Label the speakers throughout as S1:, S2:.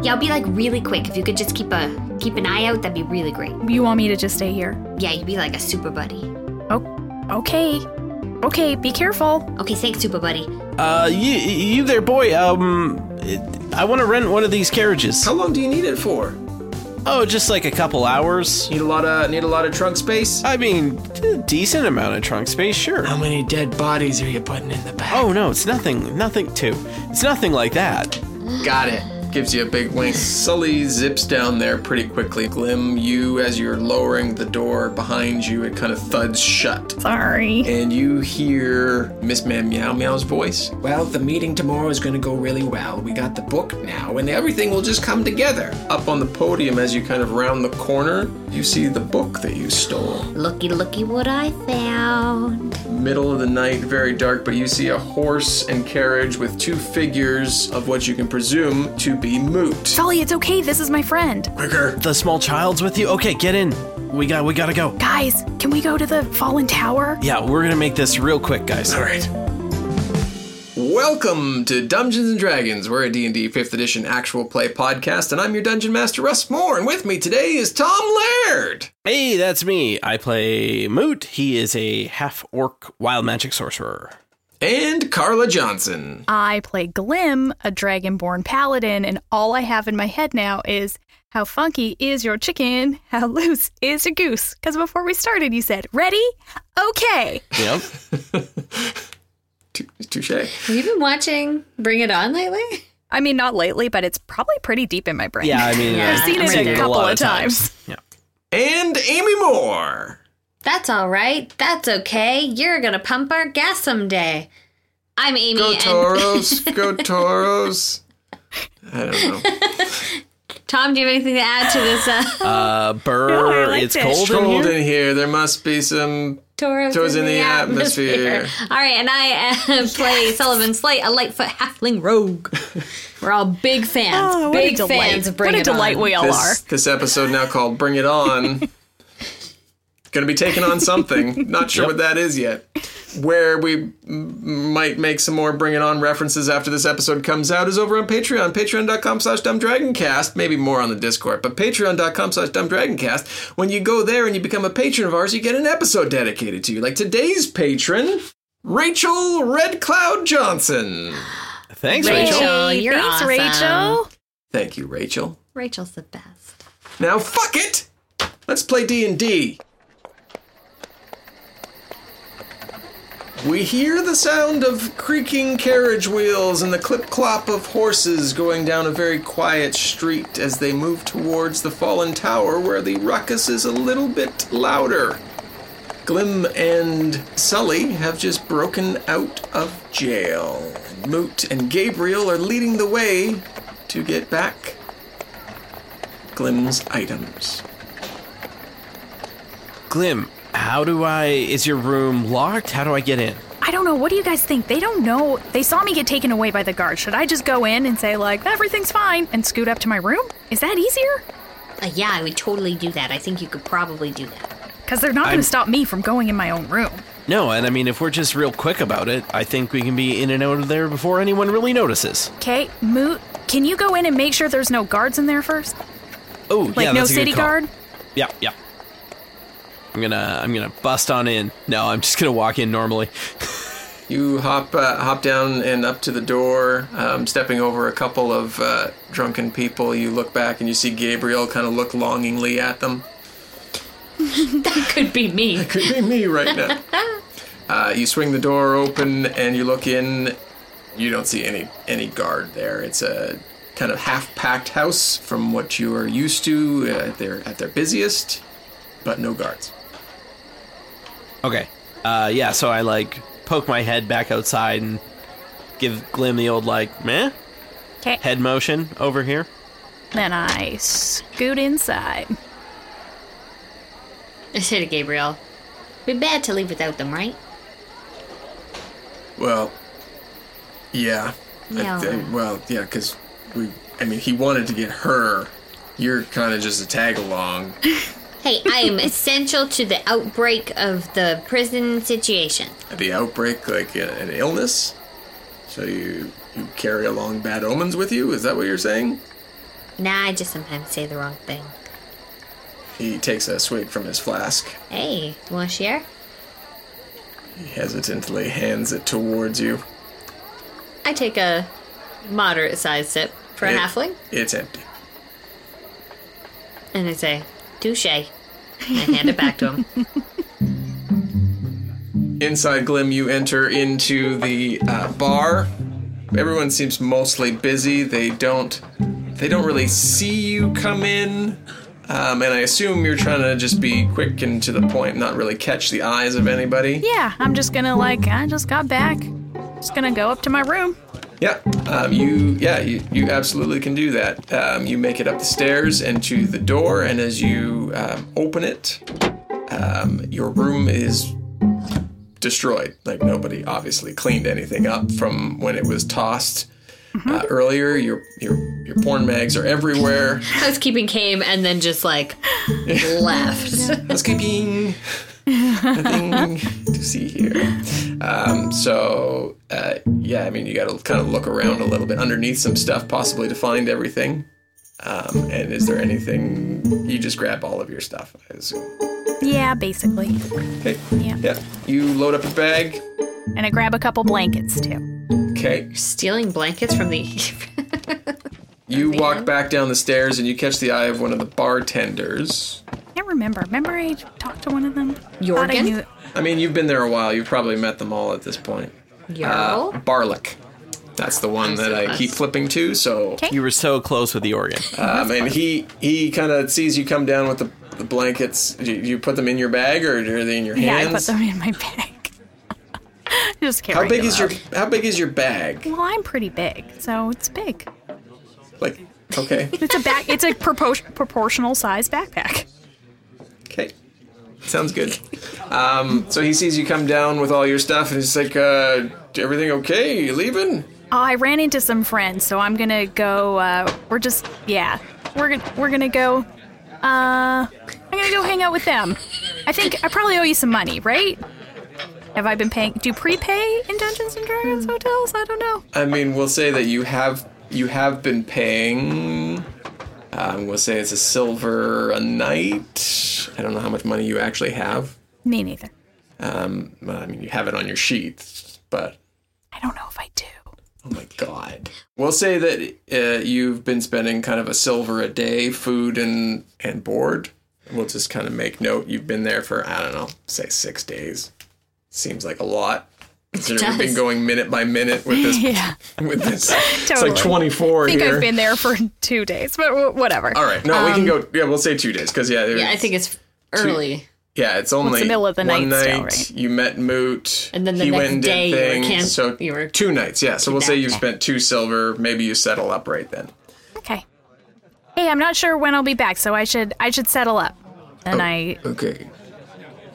S1: Yeah, I'll be like really quick. If you could just keep a keep an eye out, that'd be really great.
S2: You want me to just stay here?
S1: Yeah, you'd be like a super buddy.
S2: Okay. Okay, be careful.
S1: Okay, thanks, super buddy.
S3: Uh, you, you there, boy. Um, I want to rent one of these carriages.
S4: How long do you need it for?
S3: Oh, just like a couple hours.
S4: Need a lot of need a lot of trunk space.
S3: I mean, d- decent amount of trunk space, sure.
S4: How many dead bodies are you putting in the back?
S3: Oh no, it's nothing, nothing too. It's nothing like that.
S4: got it. Gives you a big wink. Sully zips down there pretty quickly. Glim, you as you're lowering the door behind you, it kind of thuds shut.
S2: Sorry.
S4: And you hear Miss Ma'am Meow Meow's voice. Well, the meeting tomorrow is going to go really well. We got the book now, and everything will just come together. Up on the podium, as you kind of round the corner, you see the book that you stole.
S1: Looky, looky what I found.
S4: middle of the night, very dark, but you see a horse and carriage with two figures of what you can presume to be moot.
S2: Sully, it's okay. This is my friend.
S4: Quicker.
S3: The small child's with you. Okay, get in. We got, we gotta go.
S2: Guys, can we go to the fallen tower?
S3: Yeah, we're gonna make this real quick, guys.
S4: All right. Welcome to Dungeons and Dragons. We're a D&D 5th edition actual play podcast, and I'm your Dungeon Master, Russ Moore, and with me today is Tom Laird.
S3: Hey, that's me. I play Moot. He is a half orc wild magic sorcerer.
S4: And Carla Johnson.
S2: I play Glim, a dragonborn paladin, and all I have in my head now is how funky is your chicken? How loose is your goose? Because before we started, you said, ready? Okay.
S3: Yep.
S4: Tou- Touche.
S5: Have you been watching Bring It On lately?
S2: I mean, not lately, but it's probably pretty deep in my brain.
S3: Yeah, I mean,
S5: Yeah,
S3: I've
S5: I've seen it a
S2: couple
S3: lot
S2: of
S3: Yeah.
S4: And Amy Moore.
S5: That's all right. That's okay. You're gonna pump our gas someday. I'm Amy,
S4: Go
S5: and
S4: Toros. Go Toros. I don't know.
S5: Tom, do you have anything to add to this? Uh,
S3: Uh, Burr,
S2: No, I liked
S3: it's
S2: it.
S3: cold in
S4: Cold
S3: here.
S4: in here. There must be some
S5: Taurus
S4: Tours in the atmosphere.
S5: All right, and I uh, play Sullivan Slate, a Lightfoot halfling rogue. We're all big fans,
S2: Oh, what a
S5: big
S2: delight.
S5: fans of Bring
S2: What a
S5: It
S2: delight
S5: On.
S2: we all are.
S4: this, this episode now called Bring It On. Going to be taking on something. Not sure what that is yet. Where we m- might make some more Bring It On references after this episode comes out is over on Patreon. Patreon.com slash dumbdragoncast. Maybe more on the Discord, but patreon.com slash dumbdragoncast. When you go there and you become a patron of ours, you get an episode dedicated to you. Like today's patron, Rachel Red Cloud Johnson.
S3: Thanks, Rachel.
S5: Rachel,
S2: Hey,
S5: you're
S2: thanks,
S5: awesome.
S2: Rachel.
S4: Thank you, Rachel.
S5: Rachel's the best.
S4: Now fuck it. Let's play D&D. We hear the sound of creaking carriage wheels and the clip-clop of horses going down a very quiet street as they move towards the fallen tower where the ruckus is a little bit louder. Glim and Sully have just broken out of jail. Moot and Gabriel are leading the way to get back Glim's items.
S3: Glim, how do I? Is your room locked? How do I get in?
S2: I don't know. What do you guys think? They don't know. They saw me get taken away by the guard. Should I just go in and say, like, everything's fine and scoot up to my room? Is that easier?
S1: Uh, yeah, I would totally do that. I think you could probably do that.
S2: Because they're not going
S3: I'm-
S2: to stop me from going in my own room.
S3: No, and I mean, if we're just real quick about it, I think we can be in and out of there before anyone really notices.
S2: Okay, Moot, can you go in and make sure there's no guards in there first?
S3: Oh,
S2: Like,
S3: yeah,
S2: no
S3: that's a good
S2: city
S3: call.
S2: guard?
S3: Yeah, yeah. I'm gonna, I'm gonna bust on in. No, I'm just gonna walk in normally.
S4: You hop uh, hop down and up to the door, um, stepping over a couple of uh, drunken people. You look back and you see Gabriel kind of look longingly at them.
S1: That could be me.
S4: Could be me right now. uh, you swing the door open and you look in. You don't see any any guard there. It's a kind of half-packed house from what you are used to. Uh, they're at their busiest, but no guards.
S3: Okay. Uh, yeah. So I like poke my head back outside and give Glim the old like, meh,
S2: 'Kay.
S3: head motion over here.
S2: Then I scoot inside.
S1: I said to Gabriel, "Be bad to leave without them, right?"
S4: Well, yeah.
S1: Yeah.
S4: I think, well, yeah, because we. I mean, he wanted to get her. You're kind of just a tag along.
S1: Hey, I am essential to the outbreak of the prison situation.
S4: the outbreak, like uh, an illness. So you you carry along bad omens with you. Is that what you're saying?
S1: Nah, I just sometimes say the wrong thing.
S4: He takes a swig from his flask.
S1: Hey, you want to share?
S4: He hesitantly hands it towards you.
S1: I take a moderate sized sip for a
S4: It-
S1: halfling,
S4: It's empty.
S1: and I say, "Touche." I hand it back to him.
S4: Inside Glim, you enter into the uh, bar. Everyone seems mostly busy. They don't they don't really see you come in. Um, and I assume you're trying to just be quick and to the point, not really catch the eyes of anybody.
S2: Yeah, I'm just gonna like, I just got back. Just gonna go up to my room.
S4: Yeah, um, you yeah you, you absolutely can do that. Um, you make it up the stairs and to the door, and as you um, open it, um, your room is destroyed. Like nobody obviously cleaned anything up from when it was tossed uh, earlier. Your your your porn mags are everywhere.
S1: Housekeeping came and then just like left.
S4: Housekeeping. Nothing to see here. Um, so, uh, yeah, I mean, you got to kind of look around a little bit underneath some stuff, possibly to find everything. Um, and is there anything you just grab all of your stuff? I assume.
S2: Yeah, basically.
S4: Okay.
S2: Yeah.
S4: Yeah. You load up a bag.
S2: And I grab a couple blankets too.
S4: Okay.
S1: Stealing blankets from the.
S4: You walk back down the stairs and you catch the eye of one of the bartenders.
S2: I remember. Remember I talked to one of them? Thought I
S1: Jorgen?
S2: knew.
S4: I mean, you've been there a while. You've probably met them all at this point.
S1: Yarl?
S4: Barlick. That's the one that I keep flipping to. So
S3: You were so close with the organ.
S4: Um, and he he kind of sees you come down with the, the blankets. You, you put them in your bag, or are they in your
S2: Yeah, I
S4: hands?
S2: put them in my bag. just carry
S4: how big is your
S2: them
S4: How big is your bag?
S2: out. Well, I'm pretty big, so it's big.
S4: Like, okay,
S2: It's a back. It's a propor- proportional size backpack.
S4: okay, sounds good. Um, so he sees you come down with all your stuff, and he's like, uh, "Everything okay? You leaving?"
S2: Oh, I ran into some friends, so I'm gonna go. Uh, we're just yeah, we're gonna we're gonna go. Uh, I'm gonna go hang out with them. I think I probably owe you some money, right? Have I been paying? Do you prepay in Dungeons and Dragons hotels? I don't know.
S4: I mean, we'll say that you have you have been paying. Um, we'll say it's a silver a night. I don't know how much money you actually have.
S2: Me neither.
S4: Um, well, I mean, you have it on your sheet, but
S2: I don't know if I do.
S4: Oh my god. We'll say that uh, you've been spending kind of a silver a day, food and and board. We'll just kind of make note you've been there for I don't know, say six days. Seems like a lot. Considering we've been
S1: does.
S4: going minute by minute with this.
S2: Yeah,
S4: With this, it's
S2: Totally.
S4: like twenty four
S2: I think
S4: here.
S2: I've been there for two days, but w- whatever.
S4: All right, no, we can go. Yeah, we'll say two days because yeah,
S1: Um, I think it's early.
S4: yeah, it's only
S2: the middle of the night
S4: one night.
S2: still, right?
S4: You met Moot,
S1: And then the
S4: he
S1: next
S4: went and did
S1: day you were
S4: things,
S1: can-
S4: so
S1: you were
S4: two nights. Yeah, so we'll say you've
S1: kidnapped.
S4: spent two silver. Maybe you settle up right then.
S2: Okay. Hey, I'm not sure when I'll be back, so I should I should settle up. And I
S4: Okay.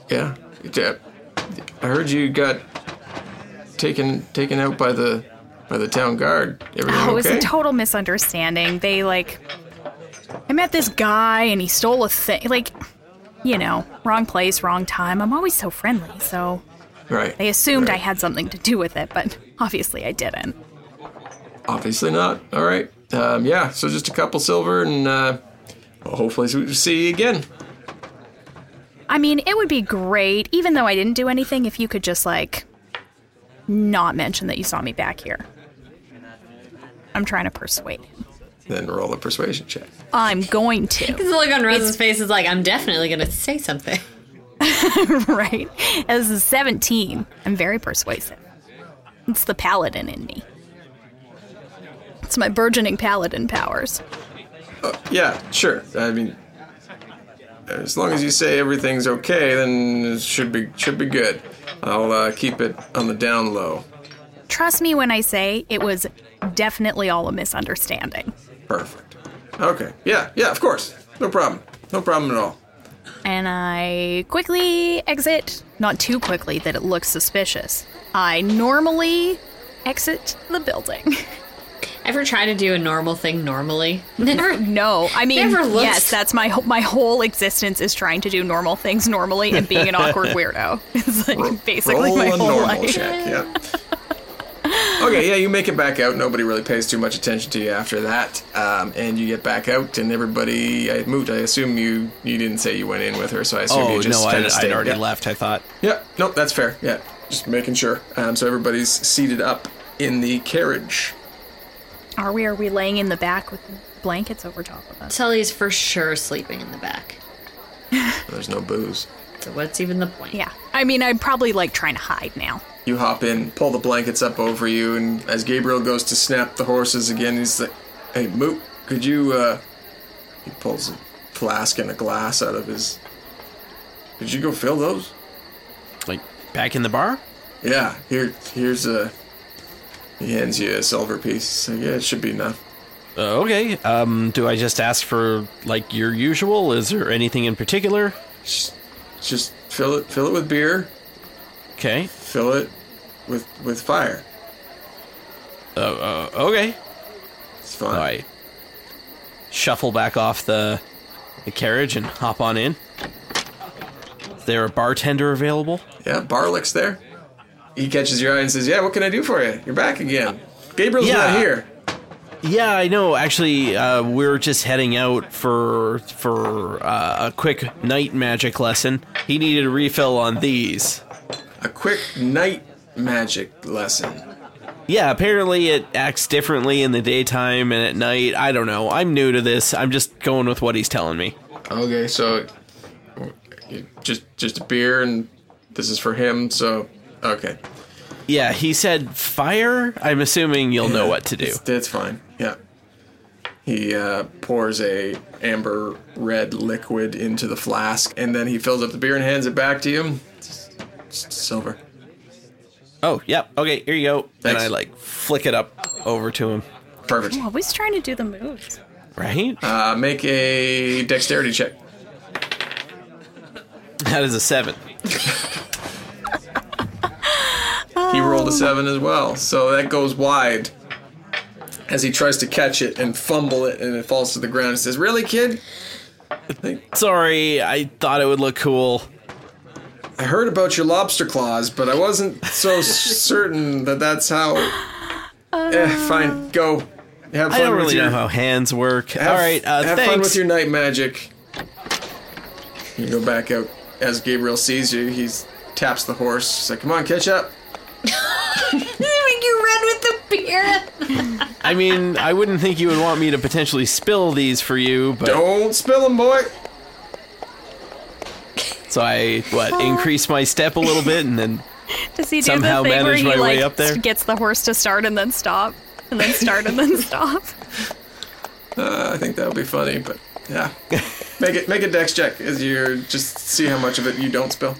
S4: Yeah. Yeah. I heard you got taken taken out by the by the town guard. Everything
S2: Oh, it was
S4: okay?
S2: a total misunderstanding. They like I met this guy and he stole a thing. Like, you know, wrong place, wrong time. I'm always so friendly, so
S4: right.
S2: they assumed I
S4: right.
S2: had something to do with it, but obviously I didn't.
S4: Obviously not. All right. Um, yeah. So just a couple silver, and uh, well, hopefully we see you again.
S2: I mean, it would be great, even though I didn't do anything, if you could just like not mention that you saw me back here. I'm trying to persuade him.
S4: Then roll a persuasion check.
S2: I'm going to,
S1: The look on Rose's face is like, I'm definitely gonna say something.
S2: right? As a 17, I'm very persuasive. It's the paladin in me. It's my burgeoning paladin powers.
S4: Yeah. Sure. I mean, as long as you say everything's okay, then it should be should be good. I'll uh, keep it on the down low.
S2: Trust me when I say it was definitely all a misunderstanding.
S4: Perfect. Okay. Yeah, yeah, of course. No problem. No problem at all.
S2: and I quickly exit. Not too quickly that it looks suspicious. I normally exit the building.
S5: Ever try to do a normal thing normally?
S2: Never, no, I mean,
S5: Never looked-
S2: yes, that's my wh- my whole existence is trying to do normal things normally and being an awkward weirdo. It's like basically
S4: Roll
S2: my
S4: a
S2: whole
S4: normal
S2: life.
S4: check. Yeah. okay. Yeah, you make it back out. Nobody really pays too much attention to you after that, um, and you get back out, and everybody I moved. I assume you you didn't say you went in with her, so I assume
S3: Oh
S4: you just
S3: no, I,
S4: kind of
S3: I'd
S4: stayed.
S3: already
S4: yeah.
S3: left. I thought.
S4: Yeah. Nope. That's fair. Yeah. Just making sure. Um, so everybody's seated up in the carriage.
S2: Are we? Are we laying in the back with blankets over top of us?
S5: Tully is for sure sleeping in the back.
S4: There's no booze.
S5: So what's even the point?
S2: Yeah, I mean, I'm probably like trying to hide now.
S4: You hop in, pull the blankets up over you, and as Gabriel goes to snap the horses again, he's like, "Hey, Moot, could you?" uh... He pulls a flask and a glass out of his. Could you go fill those?
S3: Like back in the bar.
S4: Yeah, here, here's a. He hands you a silver piece. So yeah, it should be enough.
S3: Uh, okay. Um, do I just ask for like your usual? Is there anything in particular?
S4: Just, just fill it, fill it with beer,
S3: Okay.
S4: fill it with with fire.
S3: Uh, uh, okay.
S4: It's fine.
S3: So I shuffle back off the the carriage and hop on in. Is there a bartender available?
S4: Yeah, Barlick's there. He catches your eye and says, "Yeah, what can I do for you? You're back again. Gabriel's
S3: yeah.
S4: not here."
S3: Yeah, I know. Actually, uh, we're just heading out for for uh, a quick night magic lesson. He needed a refill on these.
S4: A quick night magic lesson.
S3: Yeah, apparently it acts differently in the daytime and at night. I don't know. I'm new to this. I'm just going with what he's telling me.
S4: Okay, so just just a beer, and this is for him. So okay,
S3: Yeah, he said fire. I'm assuming you'll know what to do.
S4: It's- That's fine. Yeah. He uh, pours a amber red liquid into the flask, and then he fills up the beer and hands it back to you. It's- it's silver.
S3: Oh, yep. Okay, here you go. And
S4: Thanks.
S3: I like flick it up over to him.
S4: Perfect.
S2: Always trying to do the moves.
S3: Right?
S4: Uh, make a dexterity check.
S3: That is a seven.
S4: He rolled a seven as well, so that goes wide. As he tries to catch it and fumble it, and it falls to the ground. He says, "Really, kid?
S3: Sorry, I thought it would look cool.
S4: I heard about your lobster claws, but I wasn't so certain that that's how." eh, fine, go. Have fun
S3: I don't
S4: with
S3: really
S4: your-
S3: know how hands work.
S4: Have-
S3: All right, uh,
S4: have
S3: thanks.
S4: fun with your night magic. You go back out as Gabriel sees you. He taps the horse. He's like, "Come on, catch up."
S5: you run with the beer.
S3: I mean, I wouldn't think you would want me to potentially spill these for you, but
S4: Don't spill him, boy.
S3: so I what increase my step a little bit and then
S2: Does he do
S3: Somehow
S2: the thing where
S3: manage
S2: he
S3: my way
S2: like
S3: up there?
S2: gets the horse to start and then stop, and then start and then stop?
S4: Uh, I think that would be funny, but yeah, make it make a dex check as you just see how much of it you don't spill.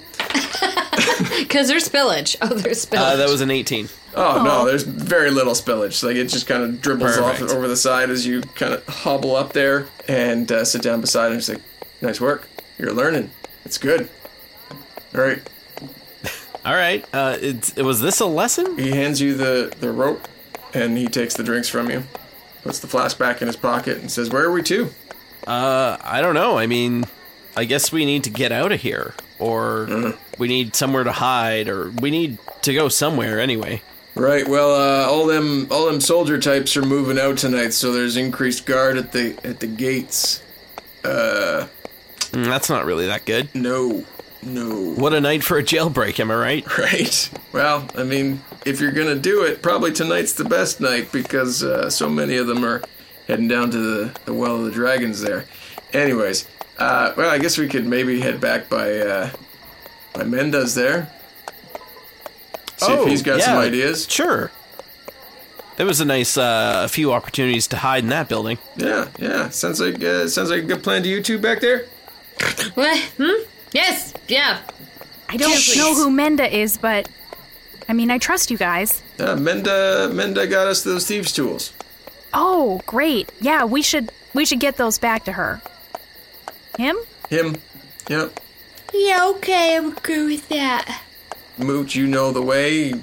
S5: Because there's spillage. Oh, there's spillage.
S3: uh, that was an 18.
S4: Oh no, there's very little spillage. Like it just kind of dribbles off
S3: Perfect.
S4: over the side as you kind of hobble up there and uh, sit down beside him. He's like, "Nice work. You're learning. It's good." All right,
S3: All right, uh, it's, was this a lesson?
S4: He hands you the, the rope and he takes the drinks from you. Puts the flask back in his pocket and says, Where are we to?
S3: Uh, I don't know. I mean, I guess we need to get out of here, or we need somewhere to hide, or we need to go somewhere anyway.
S4: Right, well, uh, all them all them soldier types are moving out tonight, so there's increased guard at the at the gates.
S3: Mm, that's not really that good.
S4: No. No.
S3: What a night for a jailbreak, am I right?
S4: Right. Well, I mean, if you're gonna do it, probably tonight's the best night because uh, so many of them are heading down to the, the well of the dragons there. Anyways, uh, well, I guess we could maybe head back by uh, by Mendez there. See if he's got some
S3: Oh, yeah,
S4: ideas.
S3: Sure. There was a nice uh, few opportunities to hide in that building.
S4: Yeah, yeah. Sounds like uh, sounds like a good plan to you two back there.
S5: What? Hmm? Yes. Yeah.
S2: I don't know who Menda is, but I mean, I trust you guys.
S4: Yeah, Menda Menda got us those thieves' tools.
S2: Oh, great! Yeah, we should we should get those back to her. Him?
S4: Him, Yep.
S1: Yeah, okay, I would go with that.
S4: Moot, you know the way.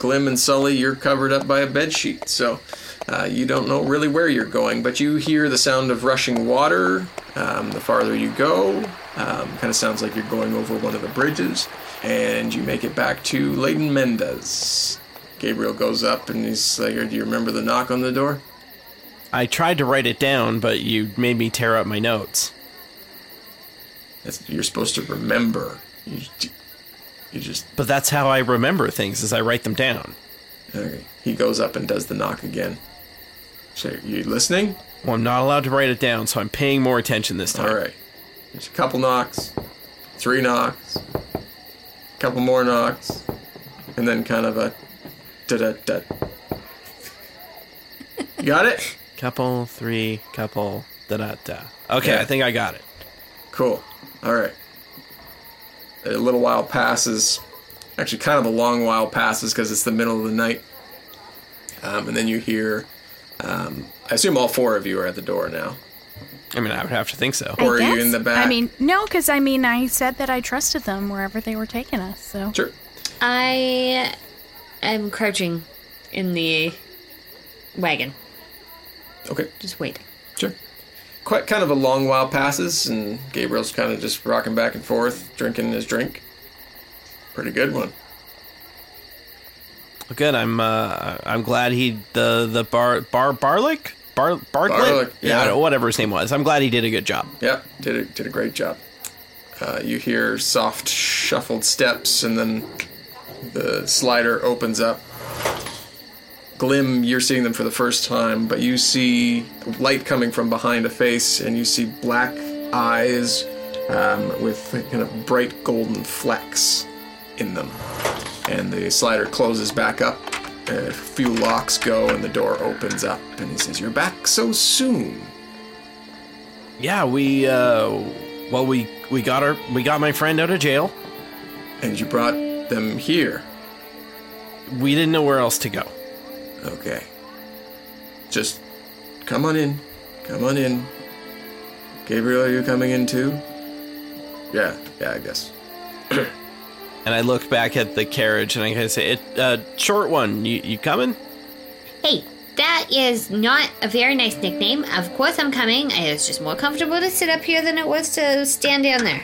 S4: Glim and Sully, you're covered up by a bed sheet, so uh, you don't know really where you're going. But you hear the sound of rushing water. Um, the farther you go, um, kind of sounds like you're going over one of the bridges, and you make it back to Leighton Mendez. Gabriel goes up and he's like, "Do you remember the knock on the door?"
S3: I tried to write it down, but you made me tear up my notes.
S4: That's, you're supposed to remember. You, you just
S3: But that's how I remember things is I write them down.
S4: Okay. He goes up and does the knock again. So you listening?
S3: Well, I'm not allowed to write it down, so I'm paying more attention this time.
S4: All right. There's a couple knocks, three knocks, couple more knocks, and then kind of a da da da. You got it?
S3: Couple, three, couple, da da da. Okay,
S4: Yeah.
S3: I think I got it.
S4: Cool. All right. A little while passes. Actually, kind of a long while passes because it's the middle of the night. Um, and then you hear. Um, I assume all four of you are at the door now.
S3: I mean, I would have to think so.
S2: I
S4: Or are you
S2: guess.
S4: in the back?
S2: I mean, no, because I mean, I said that I trusted them wherever they were taking us. So
S4: Sure.
S1: I am crouching in the wagon.
S4: Okay.
S1: Just waiting.
S4: Sure. Quite kind of a long while passes, and Gabriel's kind of just rocking back and forth, drinking his drink. Pretty good one.
S3: Well, Good. I'm uh, I'm glad he the the bar bar barlick bar bartlett
S4: Barlick, yeah.
S3: I don't- whatever his name was. I'm glad he did a good job.
S4: Yep, did a, did a great job. Uh, you hear soft shuffled steps, and then the slider opens up. Glim, you're seeing them for the first time, but you see light coming from behind a face, and you see black eyes um, with kind of bright golden flecks in them. And the slider closes back up. A few locks go, and the door opens up, and he says, "You're back so soon."
S3: Yeah, we uh, well we we got our we got my friend out of jail.
S4: And you brought them here.
S3: We didn't know where else to go.
S4: Okay. Just come on in. Come on in. Gabriel, are you coming in too? Yeah, yeah, I guess.
S3: And I look back at the carriage and I kind of say, "It uh, short one, you, you coming?"
S1: Hey, that is not a very nice nickname. Of course I'm coming. It's just more comfortable to sit up here than it was to stand down there.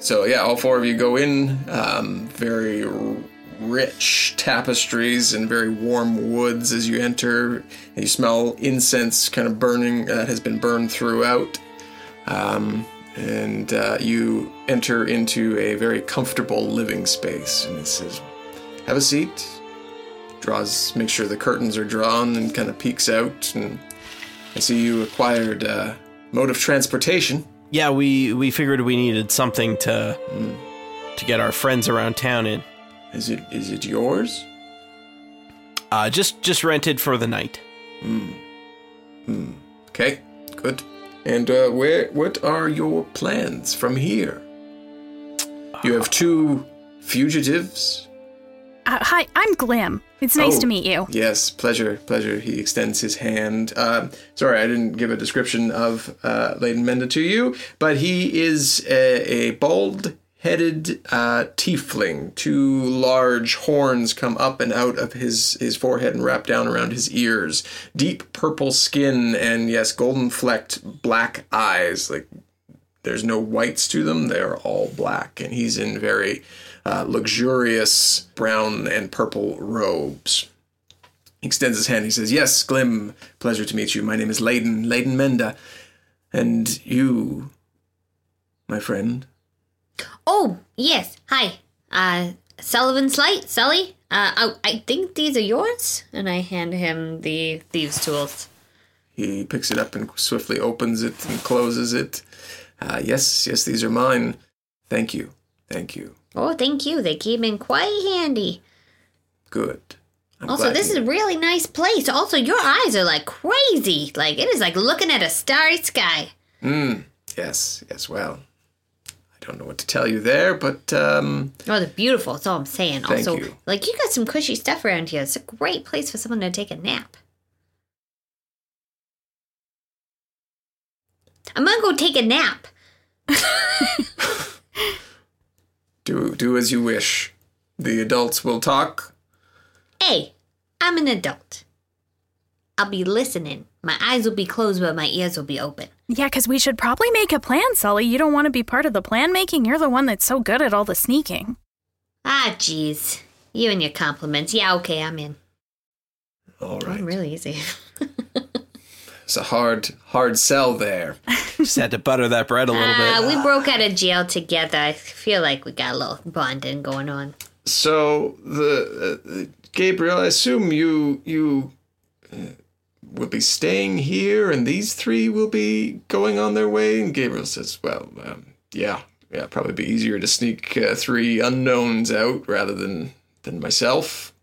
S4: So, yeah, all four of you go in. Um, very r- rich tapestries and very warm woods as you enter. And you smell incense kind of burning uh, that has been burned throughout. Um, and uh, you enter into a very comfortable living space. And it says, Have a seat. Draws, makes sure the curtains are drawn and kind of peeks out. And I see you acquired uh, mode of transportation.
S3: Yeah, we we figured we needed something to to get our friends around town in.
S4: Is it is it yours?
S3: Uh, just just rented for the night.
S4: Okay, good. And uh, where? What are your plans from here? You have two fugitives.
S2: uh, hi, I'm Glim. It's nice
S4: Oh,
S2: to meet you.
S4: Yes, pleasure, pleasure. He extends his hand. Um, sorry, I didn't give a description of uh, Leighton Menda to you, but he is a, a bald. Headed uh, tiefling, two large horns come up and out of his his forehead and wrap down around his ears. Deep purple skin and yes, golden flecked black eyes, like there's no whites to them they're all black and he's in very uh, luxurious brown and purple robes he extends his hand he says yes glim pleasure to meet you my name is Leighton Leighton menda and you my friend
S1: Oh, yes. Hi. Uh, Sullivan Slight, Sully. Uh, oh, I think these are yours. And I hand him the thieves' tools.
S4: he picks it up and swiftly opens it and closes it uh, yes yes these are mine thank you thank you
S1: Oh, thank you. They came in quite handy.
S4: good I'm
S1: Also,
S4: glad
S1: this
S4: you-
S1: is a really nice place. Also, your eyes are like crazy. Like, it is like looking at a starry sky.
S4: Mm, yes yes well i don't know what to tell you there but um
S1: Oh, they're beautiful. That's all I'm saying.
S4: Thank
S1: also,
S4: you.
S1: like, you got some cushy stuff around here. It's a great place for someone to take a nap. I'm gonna go take a nap.
S4: do do as you wish. The adults will talk.
S1: Hey, I'm an adult. I'll be listening. My eyes will be closed, but my ears will be open.
S2: Yeah, because we should probably make a plan, Sully. You don't want to be part of the plan making. You're the one that's so good at all the sneaking.
S1: Ah, jeez. You and your compliments. Yeah, okay, I'm in.
S4: All right.
S1: I'm Oh, really easy.
S4: It's a hard hard sell there.
S3: Just had to butter that bread a little bit.
S1: Uh, we broke out of jail together. I feel like we got a little bonding going on.
S4: So the uh, uh, Gabriel, I assume you you uh, will be staying here, and these three will be going on their way. And Gabriel says, "Well, um, yeah, yeah, probably be easier to sneak uh, three unknowns out rather than than myself."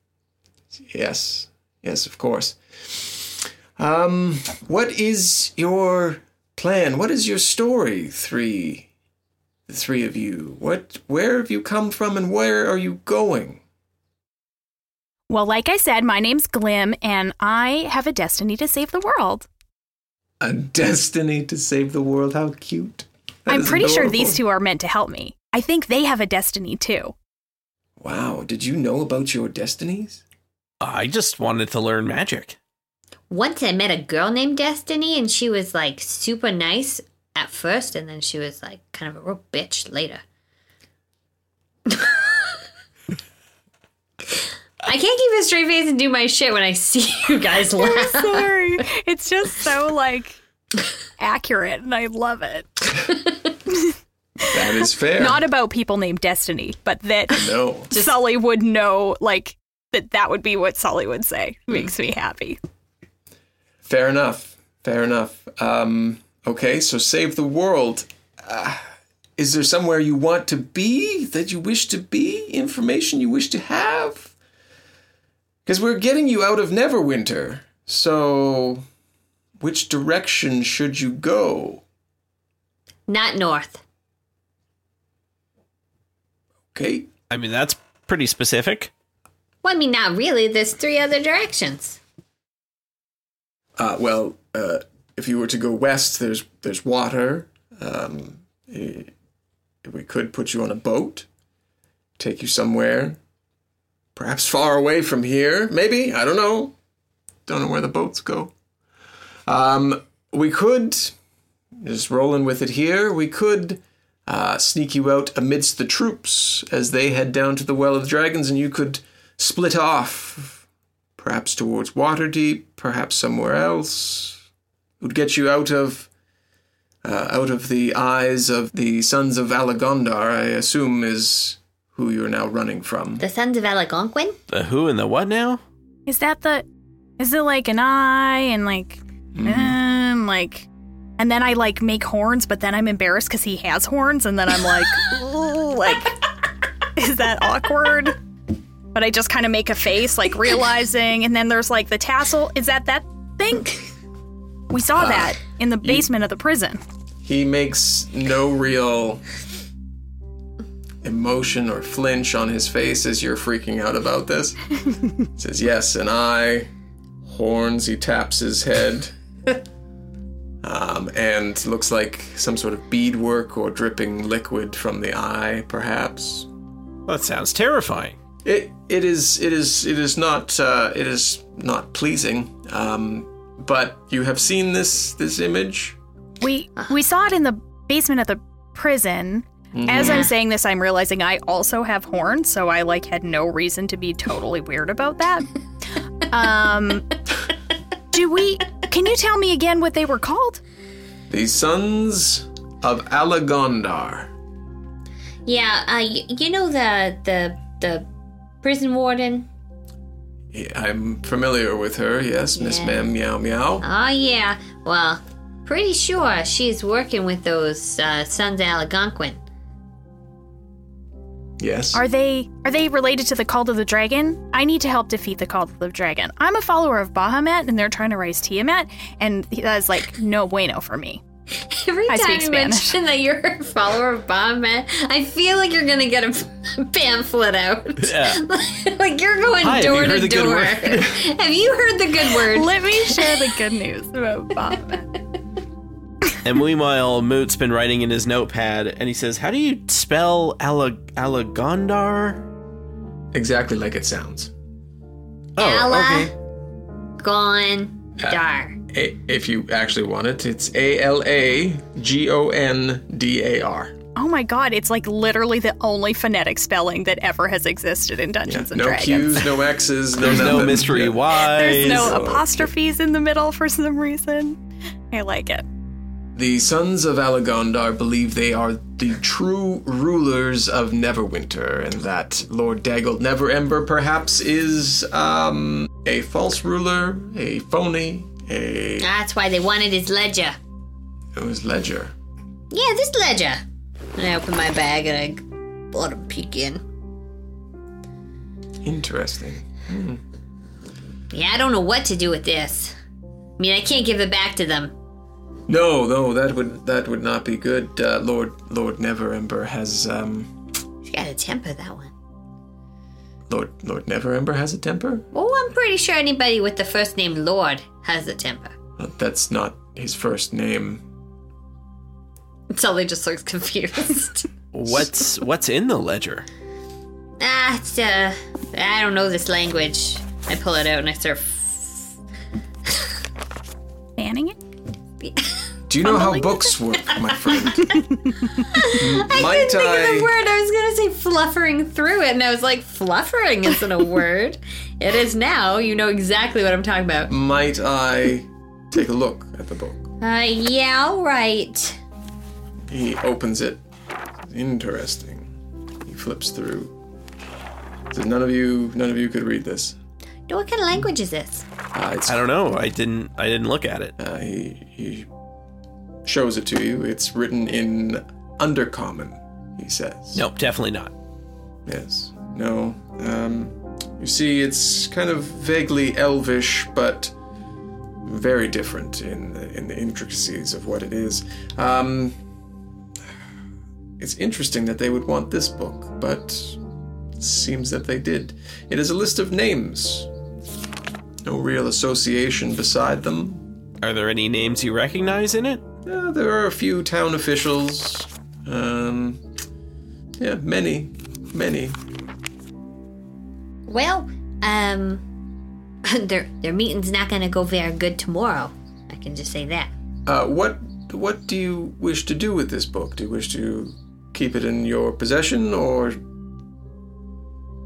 S4: Yes, yes, of course. Um, what is your plan? What is your story, three the three of you. What where have you come from and where are you going?
S2: Well, like I said, my name's Glim, and I have a destiny to save the world.
S4: A destiny to save the world. How cute. That
S2: I'm
S4: is
S2: pretty sure
S4: adorable.
S2: these two are meant to help me. I think they have a destiny too.
S4: Wow, did you know about your destinies?
S3: Uh, I just wanted to learn magic.
S1: Once I met a girl named Destiny, and she was like super nice at first, and then she was like kind of a real bitch later. I can't keep a straight face and do my shit when I see you guys laugh.
S2: Sorry. it's just so like accurate, and I love it.
S4: That is fair.
S2: Not about people named Destiny, but that
S4: no.
S2: Sully would know, like, that that would be what Sully would say. Makes me happy.
S4: Fair enough. Fair enough. Um okay, so save the world. Uh, is there somewhere you want to be that you wish to be? Information you wish to have? Cuz we're getting you out of Neverwinter. So which direction should you go?
S1: Not north.
S4: Okay.
S3: I mean, that's pretty specific.
S1: Well, I mean, not really. There's three other directions.
S4: Uh, well, uh, if you were to go west, there's there's water. Um, eh, we could put you on a boat, take you somewhere, perhaps far away from here. Maybe I don't know. Don't know where the boats go. Um, we could just rolling with it here. We could uh, sneak you out amidst the troops as they head down to the Well of Dragons, and you could split off perhaps towards Waterdeep, perhaps somewhere else. It would get you out of uh, out of the eyes of the sons of Alagondar, I assume is who you're now running from.
S1: The Sons of Algonquin?
S3: The who and the what now?
S2: Is that the? Is it like an eye and like, um, like, and then I like make horns, but then I'm embarrassed because he has horns, and then I'm like, ooh, like, is that awkward? But I just kind of make a face, like realizing, and then there's like the tassel. Is that that thing? We saw that in the basement of the prison.
S4: He makes no real emotion or flinch on his face as you're freaking out about this. says yes, and I horns. He taps his head, um, and looks like some sort of beadwork or dripping liquid from the eye, perhaps.
S3: That sounds terrifying.
S4: It it is it is it is not uh, it is not pleasing. Um, but you have seen this this image.
S2: We we saw it in the basement of the prison. As I'm saying this, I'm realizing I also have horns, so I like had no reason to be totally weird about that. Um, do we? Can you tell me again what they were called?
S4: The sons of Alagondar.
S1: Yeah, uh, y- you know the the the prison warden.
S4: Yeah, I'm familiar with her, yes, Miss
S1: Yeah.
S4: Ma'am Meow Meow.
S2: Uh,
S1: Oh yeah. Well, pretty sure she's working with those uh, sons of Algonquin.
S4: Yes.
S2: Are they are they related to the Call to the Dragon? I need to help defeat the Call to the Dragon. I'm a follower of Bahamut, and they're trying to raise Tiamat, and that's like no bueno for me.
S1: Every
S2: I
S1: time
S2: speak
S1: you
S2: Spanish.
S1: mention that you're a follower of Bahamut, I feel like you're gonna get a pamphlet out.
S3: Yeah.
S1: like you're going
S3: Hi, have you
S1: door
S3: heard
S1: to
S3: the good
S1: door.
S3: word?
S1: have you heard the good word?
S2: Let me share the good news about Bahamut.
S3: And meanwhile, Moot's been writing in his notepad, and he says, "How do you spell Alag- Alagondar?"
S4: Exactly like it sounds.
S3: Oh,
S1: Ella gone dar.
S4: A- if you actually want it, it's A L A G O N D A R.
S2: Oh my god, it's like literally the only phonetic spelling that ever has existed in Dungeons and
S4: No
S2: Dragons.
S4: Q's, no X's, no
S3: There's no
S4: nothing.
S3: mystery
S4: Yeah.
S3: why.
S2: There's no
S4: Nice.
S2: apostrophes in the middle for some reason. I like it.
S4: The sons of Alagondar believe they are the true rulers of Neverwinter, and that Lord Daggle Neverember perhaps is um a false ruler, a phony, a
S1: That's why they wanted his ledger.
S4: it was ledger.
S1: Yeah, this ledger. And I open my bag and I let him peek in.
S4: Interesting.
S1: Yeah, I don't know what to do with this. I mean, I can't give it back to them.
S4: No, no, that would that would not be good. Uh, Lord Lord Neverember has um
S1: You gotta temper that one.
S4: Lord Lord Neverember has a temper.
S1: Well, I'm pretty sure anybody with the first name Lord has a temper.
S4: Uh, That's not his first name.
S1: Sully just looks confused.
S3: What's what's in the ledger?
S1: ah, it's, uh, I don't know this language. I pull it out and I start. f-
S2: Fanning it?
S4: Do you know how books work, my friend?
S1: I
S4: Might
S1: didn't think of
S4: I-
S1: the word. I was gonna say fluffering through it, and I was like, fluffering isn't a word. It is now. You know exactly what I'm talking about.
S4: Might I take a look at the book?
S1: Uh, yeah, all right.
S4: He opens it. Interesting. He flips through. Says, none of you, none of you could read this.
S1: No, What kind of language is this?
S4: Uh, it's,
S3: I don't know. I didn't I didn't look at it.
S4: uh, he he shows it to you. It's written in Undercommon. He says.
S3: Nope, definitely not.
S4: Yes. No. Um, you see, it's kind of vaguely elvish, but very different in the, in the intricacies of what it is. Um, it's interesting that they would want this book, but it seems that they did. It is a list of names. No real association beside them.
S3: Are there any names you recognize in it?
S4: Uh, there are a few town officials. Um, yeah, many, many.
S1: Well, um, their their meeting's not gonna go very good tomorrow. I can just say that.
S4: Uh, what what do you wish to do with this book? Do you wish to keep it in your possession or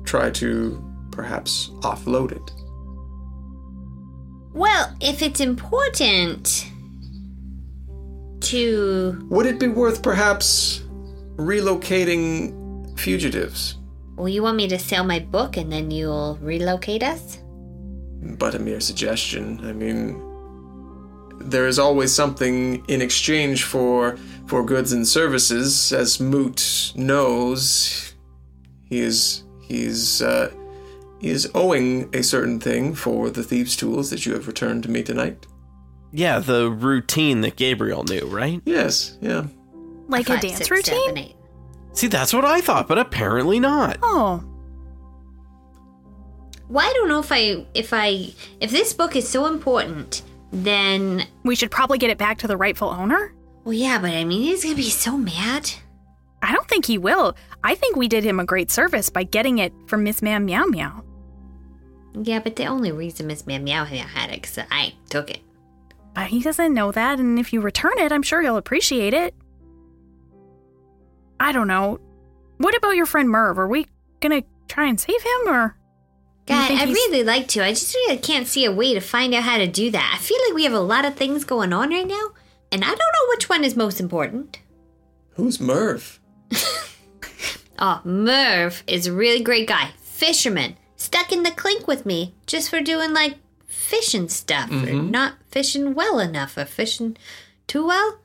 S4: try to perhaps offload it?
S1: Well, if it's important to.
S4: Would it be worth perhaps relocating fugitives?
S1: Well, you want me to sell my book and then you'll relocate us?
S4: But a mere suggestion. I mean, there is always something in exchange for for goods and services. As Moot knows, he is he's uh, he is owing a certain thing for the thieves' tools that you have returned to me tonight.
S3: Yeah, the routine that Gabriel knew, right?
S4: Yes, yeah.
S2: Like
S1: Five,
S2: a dance
S1: six,
S2: routine?
S1: seven, eight.
S3: See, that's what I thought, but apparently not.
S2: Oh,
S1: Well, I don't know if I if I if this book is so important, then
S2: we should probably get it back to the rightful owner?
S1: well, yeah. But I mean, he's gonna be so mad.
S2: I don't think he will. I think we did him a great service by getting it from Miss Ma'am Meow Meow.
S1: Yeah, but the only reason Miss Ma'am Meow Meow had it because I took it.
S2: But he doesn't know that, and if you return it, I'm sure he'll appreciate it. I don't know. What about your friend Merv? Are we gonna try and save him, or do you
S1: God,
S2: think
S1: I
S2: he's-
S1: really like to. I just really can't see a way to find out how to do that. I feel like we have a lot of things going on right now, and I don't know which one is most important.
S4: Who's Merv?
S1: Oh, Merv is a really great guy. Fisherman. Stuck in the clink with me just for doing like fishing stuff
S3: Mm-hmm.
S1: or not fishing well enough or fishing too well.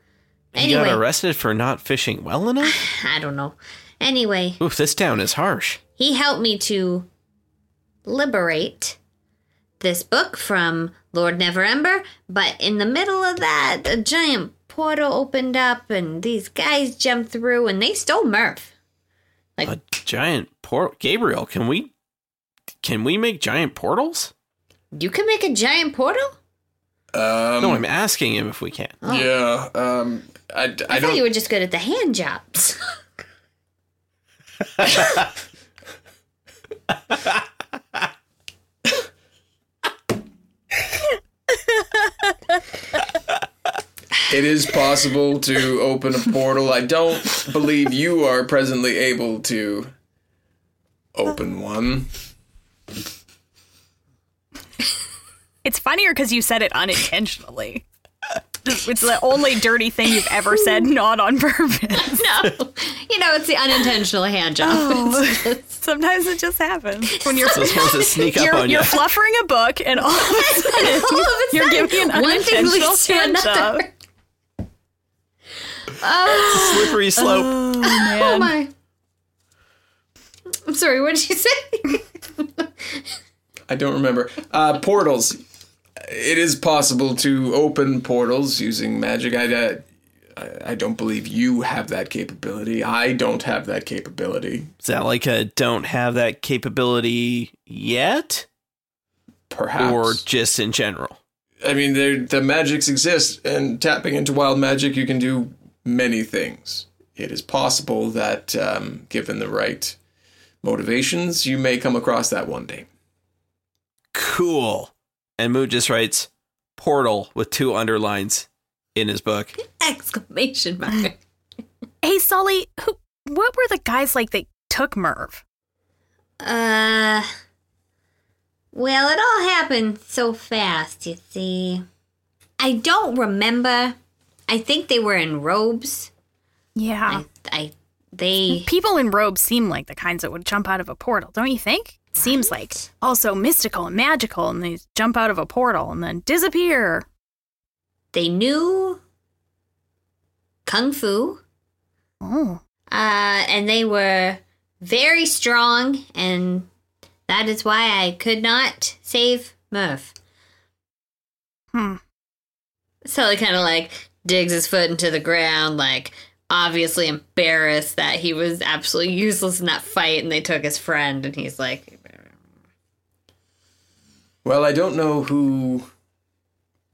S3: He got
S1: Anyway,
S3: arrested for not fishing well enough?
S1: I don't know. Anyway,
S3: Oof, this town is harsh.
S1: he helped me to liberate this book from Lord Neverember, but in the middle of that, a giant portal opened up and these guys jumped through and they stole Merv.
S3: A giant port Gabriel, can we can we make giant portals?
S1: You can make a giant portal?
S3: no, I'm asking him if we can.
S4: Um, Yeah. Um, I, I,
S1: I thought
S4: don't.
S1: you were just good at the hand jobs.
S4: It is possible to open a portal. I don't believe you are presently able to open one.
S2: It's funnier because you said it unintentionally. it's the only dirty thing you've ever said, not on purpose.
S5: You know, it's the unintentional hand job.
S2: Sometimes it just happens when you're
S3: So it's supposed to sneak up
S2: you're,
S3: on
S2: you're
S3: you.
S2: fluffering a book, and all of a sudden you're giving
S1: Oh,
S2: an
S5: one thing leads
S2: unintentional
S5: to
S2: hand job.
S5: another.
S3: Slippery slope.
S5: Oh my. I'm sorry, what did you say?
S4: I don't remember. Uh, portals. It is possible to open portals using magic. I, I, I don't believe you have that capability. I don't have that capability.
S3: Is that like a don't have that capability yet?
S4: Perhaps.
S3: Or just in general?
S4: I mean, there- the magics exist, and tapping into wild magic, you can do many things. It is possible that, um, given the right motivations, you may come across that one day.
S3: Cool. And Mood just writes portal with two underlines in his book.
S5: Exclamation mark.
S2: Hey, Sully, who, what were the guys like that took Merv?
S1: Uh, well, it all happened so fast, you see. I don't remember. I think they were in robes.
S2: Yeah.
S5: Ah.
S1: I, I, they.
S2: People in robes seem like the kinds that would jump out of a portal, don't you think? Seems like also mystical and magical, and they jump out of a portal and then disappear.
S1: they knew kung fu
S2: Oh,
S1: uh, and they were very strong and that is why i could not save murph
S2: hmm.
S1: so he kind of like digs his foot into the ground like obviously embarrassed that he was absolutely useless in that fight and they took his friend and he's like
S4: Well, I don't know who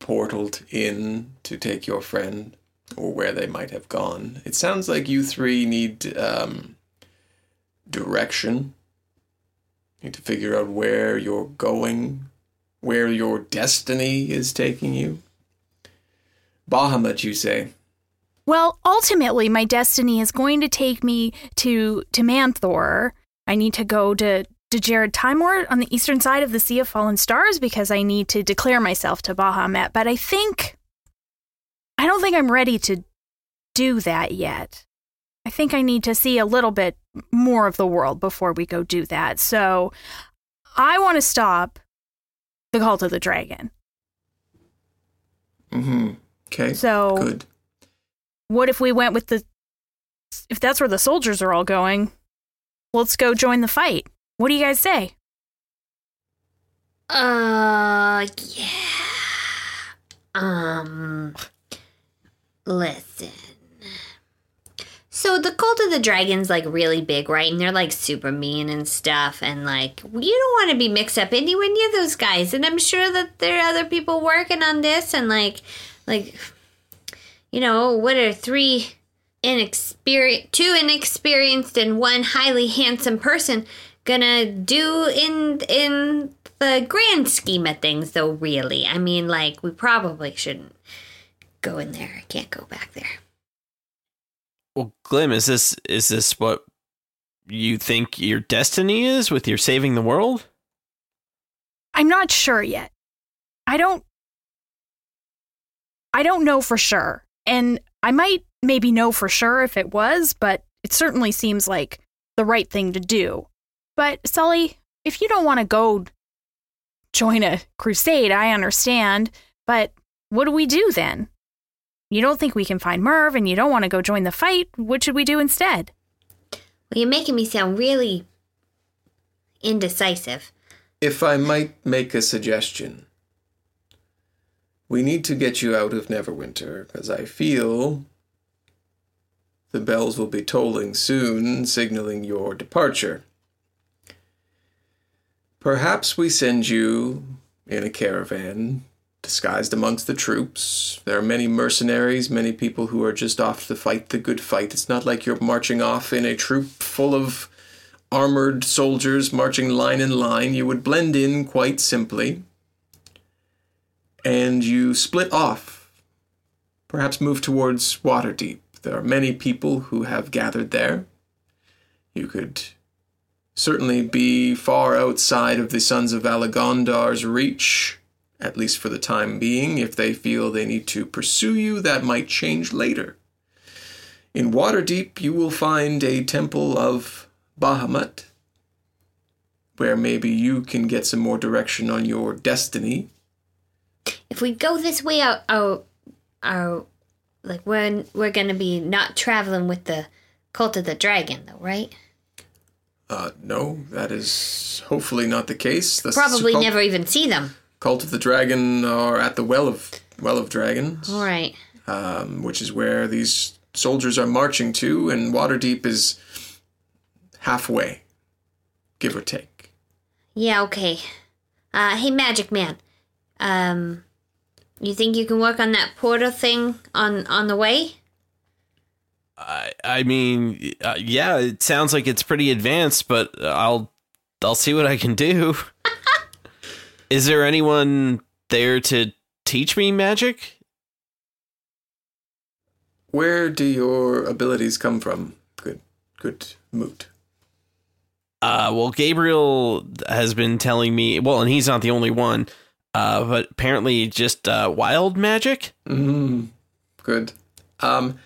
S4: portaled in to take your friend or where they might have gone. It sounds like you three need um, direction. Need to figure out where you're going, where your destiny is taking you. Bahamut, you say?
S2: Well, ultimately, my destiny is going to take me to to Manthor. I need to go to to Jared Timor on the eastern side of the Sea of Fallen Stars because I need to declare myself to Bahamut. But I think I don't think I'm ready to do that yet. I think I need to see a little bit more of the world before we go do that. So I want to stop the Cult of the Dragon.
S4: Mm-hmm. Okay.
S2: So-
S4: good.
S2: what if we went with the if that's where the soldiers are all going let's go join the fight what do you guys say
S1: Uh, yeah. Um, listen. So the cult of the dragons like really big, right? And they're like super mean and stuff. And like you don't want to be mixed up anywhere near those guys. And I'm sure that there are other people working on this. And like, like, you know, what are three inexperienced, two inexperienced, and one highly handsome person gonna do in in the grand scheme of things? Though, really, I mean, like, we probably shouldn't go in there. I can't go back there.
S3: Well, Glim, is this is this what you think your destiny is with your saving the world?
S2: i'm not sure yet i don't i don't know for sure and i might maybe know for sure if it was but it certainly seems like the right thing to do but sully if you don't want to go join a crusade i understand but what do we do then you don't think we can find merv and you don't want to go join the fight what should we do instead
S1: Well, you're making me sound really indecisive.
S4: If I might make a suggestion, we need to get you out of Neverwinter because I feel the bells will be tolling soon, signaling your departure. Perhaps we send you in a caravan Disguised amongst the troops, there are many mercenaries, many people who are just off to fight the good fight. It's not like you're marching off in a troop full of armored soldiers marching line in line. You would blend in quite simply. And you split off. Perhaps move towards Waterdeep. There are many people who have gathered there. You could certainly be far outside of the Sons of Alagondar's reach, at least for the time being. If they feel they need to pursue you, that might change later. In Waterdeep, you will find a temple of Bahamut, where maybe you can get some more direction on your destiny.
S1: If we go this way, our, our, our like we're we're gonna be not traveling with the cult of the dragon, though, right?
S4: Uh, no, that is hopefully not the case. The
S1: Probably
S4: cult,
S1: never even see them.
S4: Cult of the Dragon are at the Well of Well of Dragons.
S1: All right.
S4: um, which is where these soldiers are marching to, and Waterdeep is halfway, give or take.
S1: Yeah. Okay. Uh, hey, Magic Man. Um, you think you can work on that portal thing on on the way?
S3: I, I mean, uh, yeah, it sounds like it's pretty advanced, but I'll I'll see what I can do. Is there anyone there to teach me magic?
S4: Where do your abilities come from? Good, good moot.
S3: Uh, well, Gabriel has been telling me. Well, and he's not the only one. Uh, but apparently, just uh, wild magic.
S4: Mm, good. Um,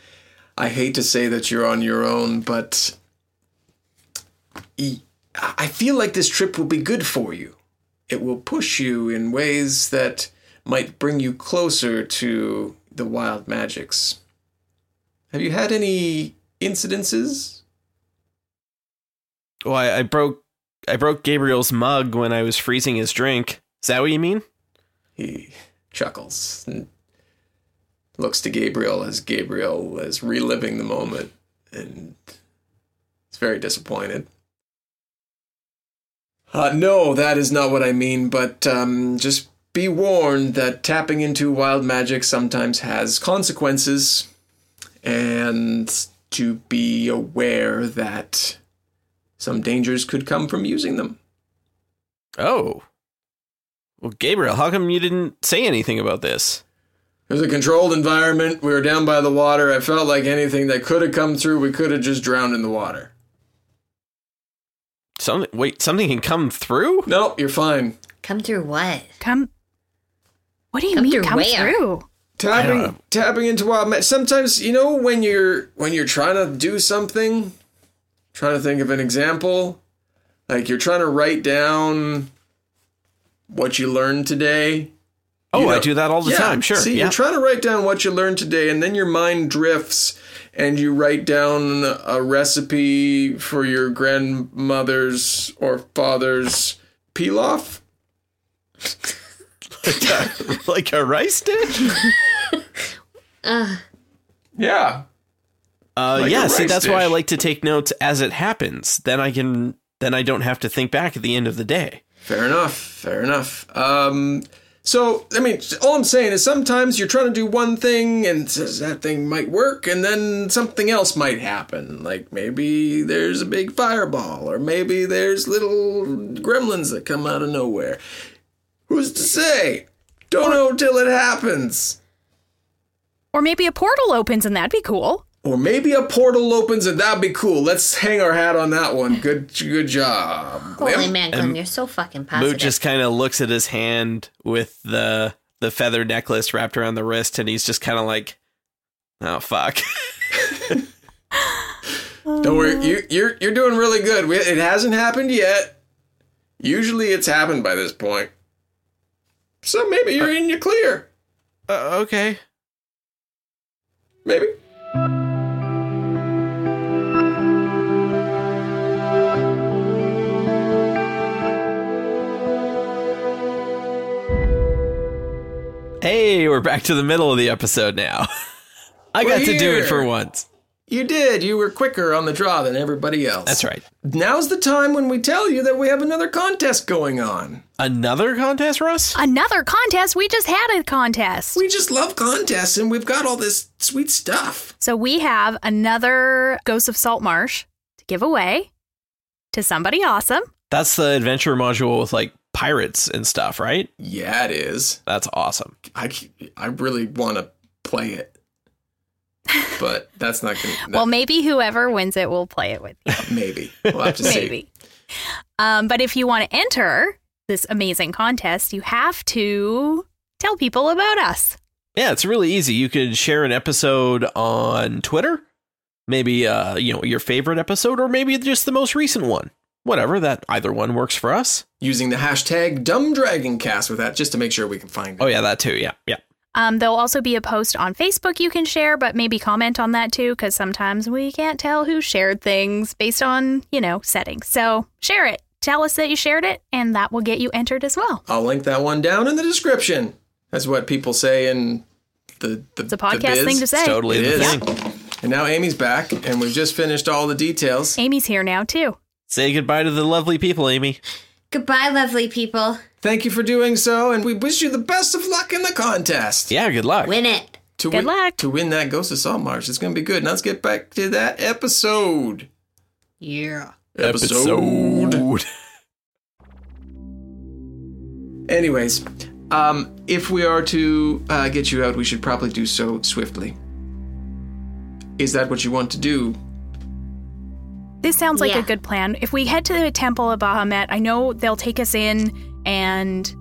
S4: I hate to say that you're on your own, but e- I feel like this trip will be good for you. It will push you in ways that might bring you closer to the wild magics. Have you had any incidences?
S3: Well, Oh, I, I broke I broke Gabriel's mug when I was freezing his drink. Is that what you mean?
S4: He chuckles and looks to Gabriel as Gabriel is reliving the moment and is very disappointed. Uh, no, that is not what I mean, but um, just be warned that tapping into wild magic sometimes has consequences, and to be aware that some dangers could come from using them.
S3: Oh. Well, Gabriel, how come you didn't say anything about this?
S4: It was a controlled environment. We were down by the water. I felt like anything that could have come through, we could have just drowned in the water.
S3: Something wait, something can come through?
S4: No, you're fine.
S1: Come through what?
S2: Come. What do you
S1: Come
S2: mean
S1: through
S2: come
S1: where?
S2: through?
S3: I
S4: Tapping,
S3: don't-
S4: tapping into wild. Ma- Sometimes you know when you're when you're trying to do something. Trying to think of an example, like you're trying to write down what you learned today.
S3: Oh,
S4: You
S3: I
S4: know-
S3: do that all the
S4: Yeah,
S3: time. Sure.
S4: See,
S3: yeah.
S4: you're trying to write down what you learned today, and then your mind drifts, and you write down a recipe for your grandmother's or father's pilaf.
S3: like a rice dish?
S4: Yeah.
S3: Uh
S4: Like a
S3: yeah, see
S4: rice
S3: that's why I
S4: dish.
S3: like to take notes as it happens. Then I can then I don't have to think back at the end of the day.
S4: Fair enough. Fair enough. Um, so, I mean, all I'm saying is sometimes you're trying to do one thing and it says that thing might work, and then something else might happen. Like maybe there's a big fireball, or maybe there's little gremlins that come out of nowhere. Who's to say? Don't know till it happens.
S2: Or maybe a portal opens and that'd be cool.
S4: Or maybe a portal opens and that'd be cool. Let's hang our hat on that one. Good, good job.
S1: Holy
S4: Liam.
S1: man, Glenn, you're so fucking
S3: Moot
S1: positive.
S3: just kind of looks at his hand with the the feather necklace wrapped around the wrist and he's just kind of like oh fuck.
S4: Don't worry, you, you're you're doing really good. We, it hasn't happened yet. Usually, it's happened by this point. So maybe you're in your clear.
S3: uh, okay.
S4: Maybe.
S3: Hey, we're back to the middle of the episode now. I
S4: We're
S3: got to do it
S4: here.
S3: for once.
S4: You did. You were quicker on the draw than everybody else.
S3: That's right.
S4: Now's the time when we tell you that we have another contest going on.
S3: Another contest, Russ?
S2: Another contest. We just had a contest.
S4: We just love contests and we've got all this sweet stuff.
S2: So we have another Ghost of Salt Marsh to give away to somebody awesome.
S3: That's the adventure module with like pirates and stuff, right?
S4: Yeah, it is.
S3: That's awesome.
S4: I, c- I really want to play it. But that's not going to.
S2: Well, maybe whoever wins it will play it with you.
S4: maybe. We'll have to see.
S2: Maybe. Um, but if you want to enter this amazing contest, you have to tell people about us.
S3: Yeah, it's really easy. You could share an episode on Twitter, maybe uh, you know, your favorite episode, or maybe just the most recent one. Whatever that either one works for us.
S4: Using the hashtag DumbDragonCast with that just to make sure we can find it.
S3: Oh yeah, that too. Yeah, yeah.
S2: Um, there'll also be a post on Facebook you can share, but maybe comment on that too, because sometimes we can't tell who shared things based on, you know, settings. So share it. Tell us that you shared it, and that will get you entered as well.
S4: I'll link that one down in the description. That's what people say in the the,
S2: It's a podcast
S4: the biz.
S2: thing to say.
S3: It's totally
S4: It
S3: the
S4: is.
S3: thing.
S4: And now Amy's back, and we've just finished all the details.
S2: Amy's here now too.
S3: Say goodbye to the lovely people, Amy.
S1: Goodbye, lovely people.
S4: Thank you for doing so, and we wish you the best of luck in the contest.
S3: Yeah, good luck.
S1: Win it.
S4: To
S2: Good
S4: win,
S2: luck.
S4: To win that Ghost of Salt Marsh. It's going to be good. Now let's get back to that episode.
S1: Yeah.
S3: Episode.
S4: Anyways, um, if we are to uh, get you out, we should probably do so swiftly. Is that what you want to do?
S2: This sounds like
S1: Yeah.
S2: a good plan. If we head to the Temple of Bahamut, I know they'll take us in and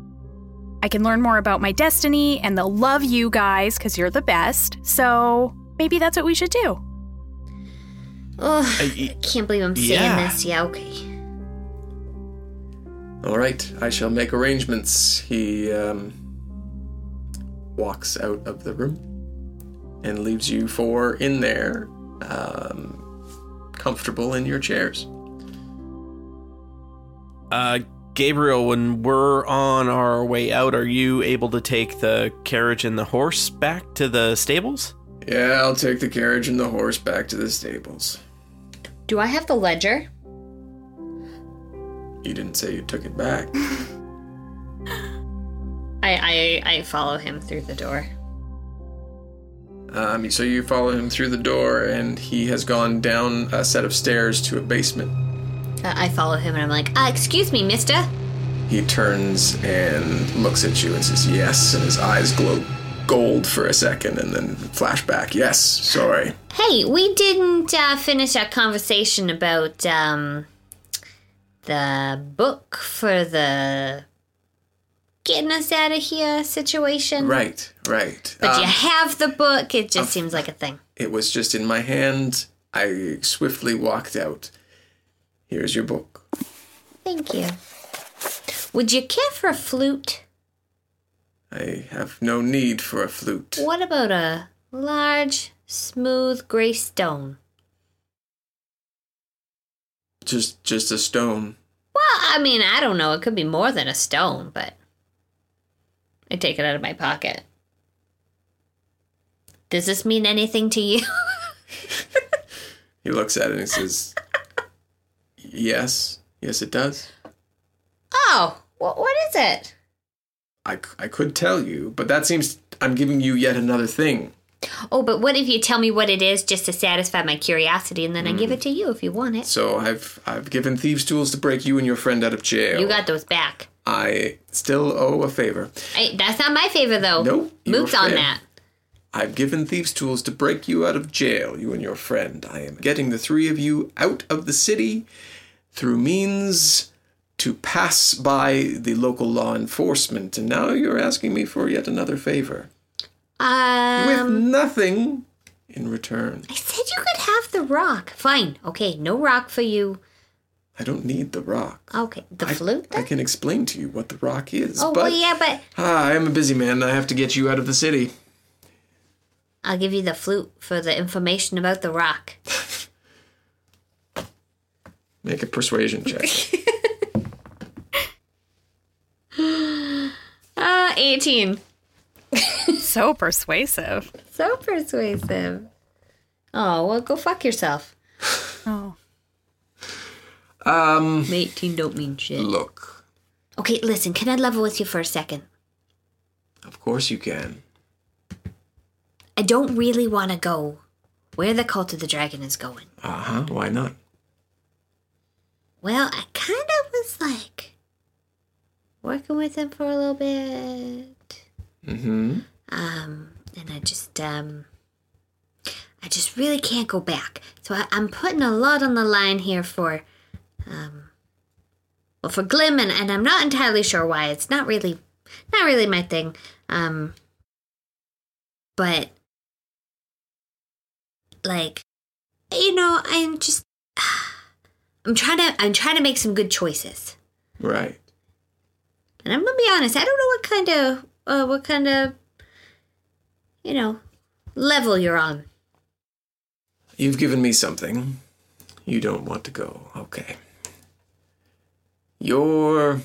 S2: I can learn more about my destiny and they'll love you guys because you're the best. So maybe that's what we should do.
S1: Oh, I can't believe I'm saying
S3: yeah.
S1: this. Yeah, okay.
S4: All right, I shall make arrangements. He um, walks out of the room and leaves you four in there, um, comfortable in your chairs.
S3: Uh, Gabriel, when we're on our way out, are you able to take the carriage and the horse back to the stables?
S4: Yeah, I'll take the carriage and the horse back to the stables.
S1: Do I have the ledger?
S4: You didn't say you took it back.
S1: I, I I follow him through the door.
S4: Um, so you follow him through the door, and he has gone down a set of stairs to a basement.
S1: Uh, I follow him and I'm like, uh, excuse me, mister.
S4: He turns and looks at you and says, Yes, and his eyes glow gold for a second, and then flashback, Yes, sorry.
S1: Hey, we didn't uh, finish our conversation about um the book for the getting us out of here situation.
S4: Right, right.
S1: But
S4: Um,
S1: you have the book. It just seems like a thing.
S4: It was just in my hand. I swiftly walked out. Here's your book.
S1: Thank you. Would you care for a flute?
S4: I have no need for a flute.
S1: What about a large, smooth gray stone?
S4: Just just a stone.
S1: Well, I mean, I don't know. It could be more than a stone, but I take it out of my pocket. Does this mean anything to you?
S4: He looks at it and he says, Yes, yes, it does.
S1: oh, what what is it?
S4: I, c- I could tell you, but that seems I'm giving you yet another thing.
S1: Oh, but what if you tell me what it is just to satisfy my curiosity, and then I
S4: Mm.
S1: give it to you if you want it?
S4: So I've I've given thieves tools to break you and your friend out of jail.
S1: You got those back.
S4: I still owe a favor.
S1: Hey, that's not my favor though.
S4: Nope, you
S1: Mook's
S4: were
S1: on
S4: fair.
S1: that.
S4: I've given thieves tools to break you out of jail, you and your friend. I am getting the three of you out of the city through means to pass by the local law enforcement. And now you're asking me for yet another favor.
S1: Um,
S4: With nothing in return.
S1: I said you could have the rock. Fine. Okay, no rock for you.
S4: I don't need the rock.
S1: Okay, the
S4: I,
S1: flute.
S4: I
S1: Then?
S4: can explain to you what the rock is.
S1: Oh
S4: but
S1: well, yeah, but
S4: Ah, I am a busy man. I have to get you out of the city.
S1: I'll give you the flute for the information about the rock.
S4: Make a persuasion check.
S1: Uh, 18.
S2: So persuasive.
S1: So persuasive. Oh, well, go fuck yourself.
S2: Oh.
S4: Um,
S5: 18 don't mean shit.
S4: look,
S1: Okay, listen, can I level with you for a second?
S4: of course you can.
S1: I don't really want to go where the cult of the dragon is going.
S4: Uh huh. Why not?
S1: Well, I kind of was like working with him for a little bit.
S4: Mm-hmm.
S1: Um, and I just, um, I just really can't go back. So I, I'm putting a lot on the line here for, um, well, for Glim, and, and I'm not entirely sure why. It's not really, not really my thing. Um, but, like, you know, I'm just, I'm trying to, I'm trying to make some good choices.
S4: Right.
S1: And I'm gonna be honest, I don't know what kind of uh, what kind of you know level you're on.
S4: You've given me something. You don't want to go. Okay. You're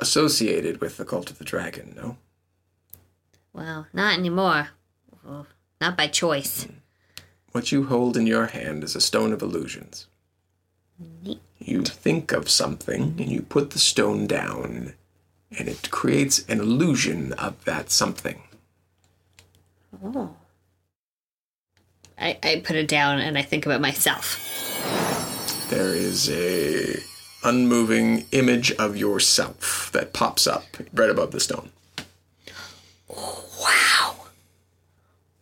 S4: associated with the cult of the dragon, no?
S1: Well, not anymore. Well, not by choice.
S4: What you hold in your hand is a stone of illusions. You think of something and you put the stone down, and it creates an illusion of that something.
S1: Oh. I, I put it down and I think about myself.
S4: There is a unmoving image of yourself that pops up right above the stone.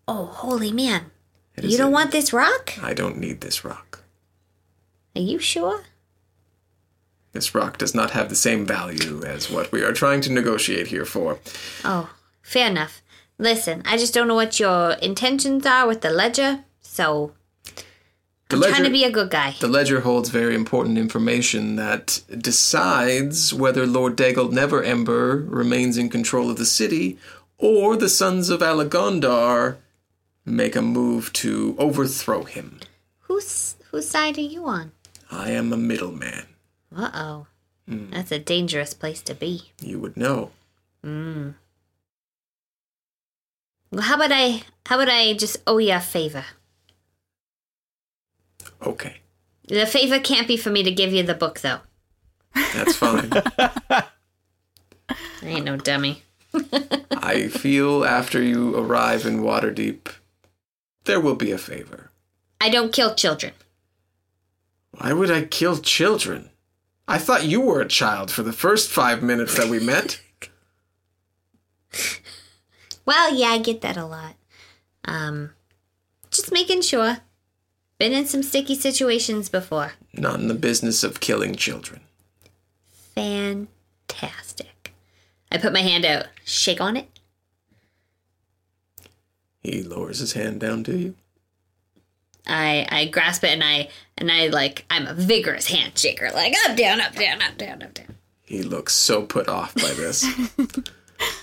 S1: Oh, holy man.
S4: It
S1: You
S4: is
S1: don't
S4: a-
S1: want this rock?
S4: I don't need this rock.
S1: Are you sure?
S4: This rock does not have the same value as what we are trying to negotiate here for.
S1: Oh, fair enough. Listen, I just don't know what your intentions are with the ledger, so
S4: The
S1: I'm
S4: ledger,
S1: trying to be a good guy.
S4: the ledger holds very important information that decides whether Lord Daggle Never Ember remains in control of the city or the sons of Alagondar make a move to overthrow him.
S1: Who's whose side are you on?
S4: I am a middleman.
S1: Uh oh. That's a dangerous place to be.
S4: You would know.
S1: Mm. Well, how about I? How about I just owe you a favor?
S4: Okay,
S1: The favor can't be for me to give you the book, though.
S4: that's fine.
S1: I ain't no dummy.
S4: I feel after you arrive in Waterdeep, there will be a favor.
S1: I don't kill children.
S4: Why would I kill children? I thought you were a child for the first five minutes that we met.
S1: Well, yeah, I get that a lot. Um, just making sure. Been in some sticky situations before.
S4: Not in the business of killing children.
S1: Fantastic. I put my hand out. Shake on it.
S4: He lowers his hand down to you.
S1: I I grasp it and I and I like I'm a vigorous handshaker. Like up down up down up down up down.
S4: He looks so put off by this,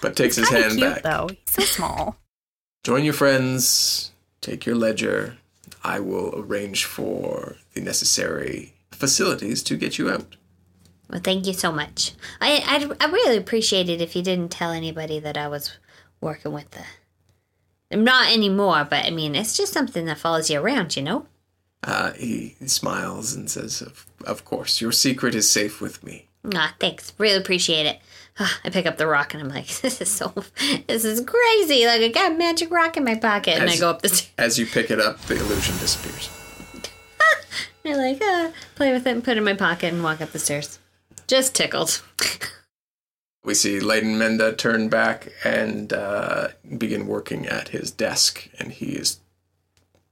S4: but takes his
S2: Kinda
S4: hand
S2: cute,
S4: back.
S2: though. He's so small.
S4: Join your friends, take your ledger. I will arrange for the necessary facilities to get you out.
S1: Well, thank you so much. I I'd, I really appreciate it if you didn't tell anybody that I was working with the. I'm not anymore, but I mean, it's just something that follows you around, you know.
S4: Uh, he smiles and says, of, of course, your secret is safe with me.
S1: Ah, thanks. Really appreciate it. I pick up the rock and I'm like, this is so, this is crazy. Like I got a magic rock in my pocket, and I
S4: As-
S1: go up the stairs.
S4: As you pick it up, the illusion disappears.
S1: I like uh, play with it and put it in my pocket and walk up the stairs. Just tickled.
S4: We see Leighton Menda turn back and uh, begin working at his desk, and he is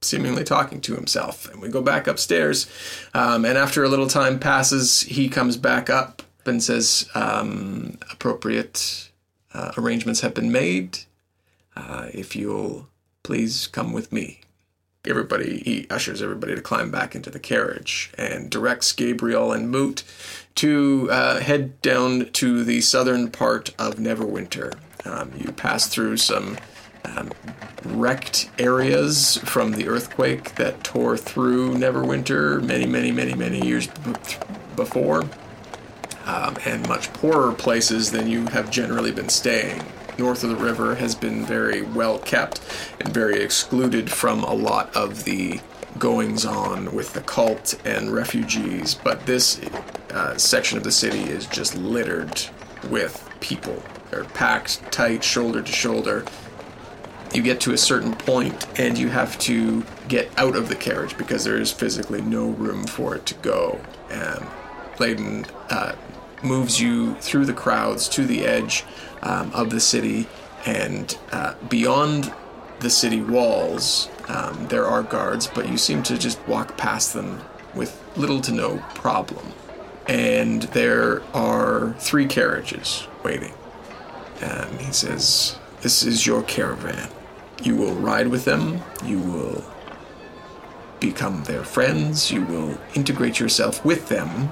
S4: seemingly talking to himself. And we go back upstairs, um, and after a little time passes, he comes back up and says, um, "Appropriate uh, arrangements have been made. Uh, if you'll please come with me." Everybody, he ushers everybody to climb back into the carriage and directs Gabriel and Moot to uh, head down to the southern part of Neverwinter. Um, you pass through some um, wrecked areas from the earthquake that tore through Neverwinter many, many, many, many years b- before, um, and much poorer places than you have generally been staying. north of the river has been very well kept and very excluded from a lot of the goings on with the cult and refugees. But this uh, section of the city is just littered with people. They're packed tight, shoulder to shoulder. You get to a certain point and you have to get out of the carriage because there is physically no room for it to go. And Bladen uh, moves you through the crowds to the edge um, of the city, and uh, beyond the city walls, um, there are guards, but you seem to just walk past them with little to no problem. And there are three carriages waiting. And Um, he says, This is your caravan. You will ride with them, you will become their friends, you will integrate yourself with them,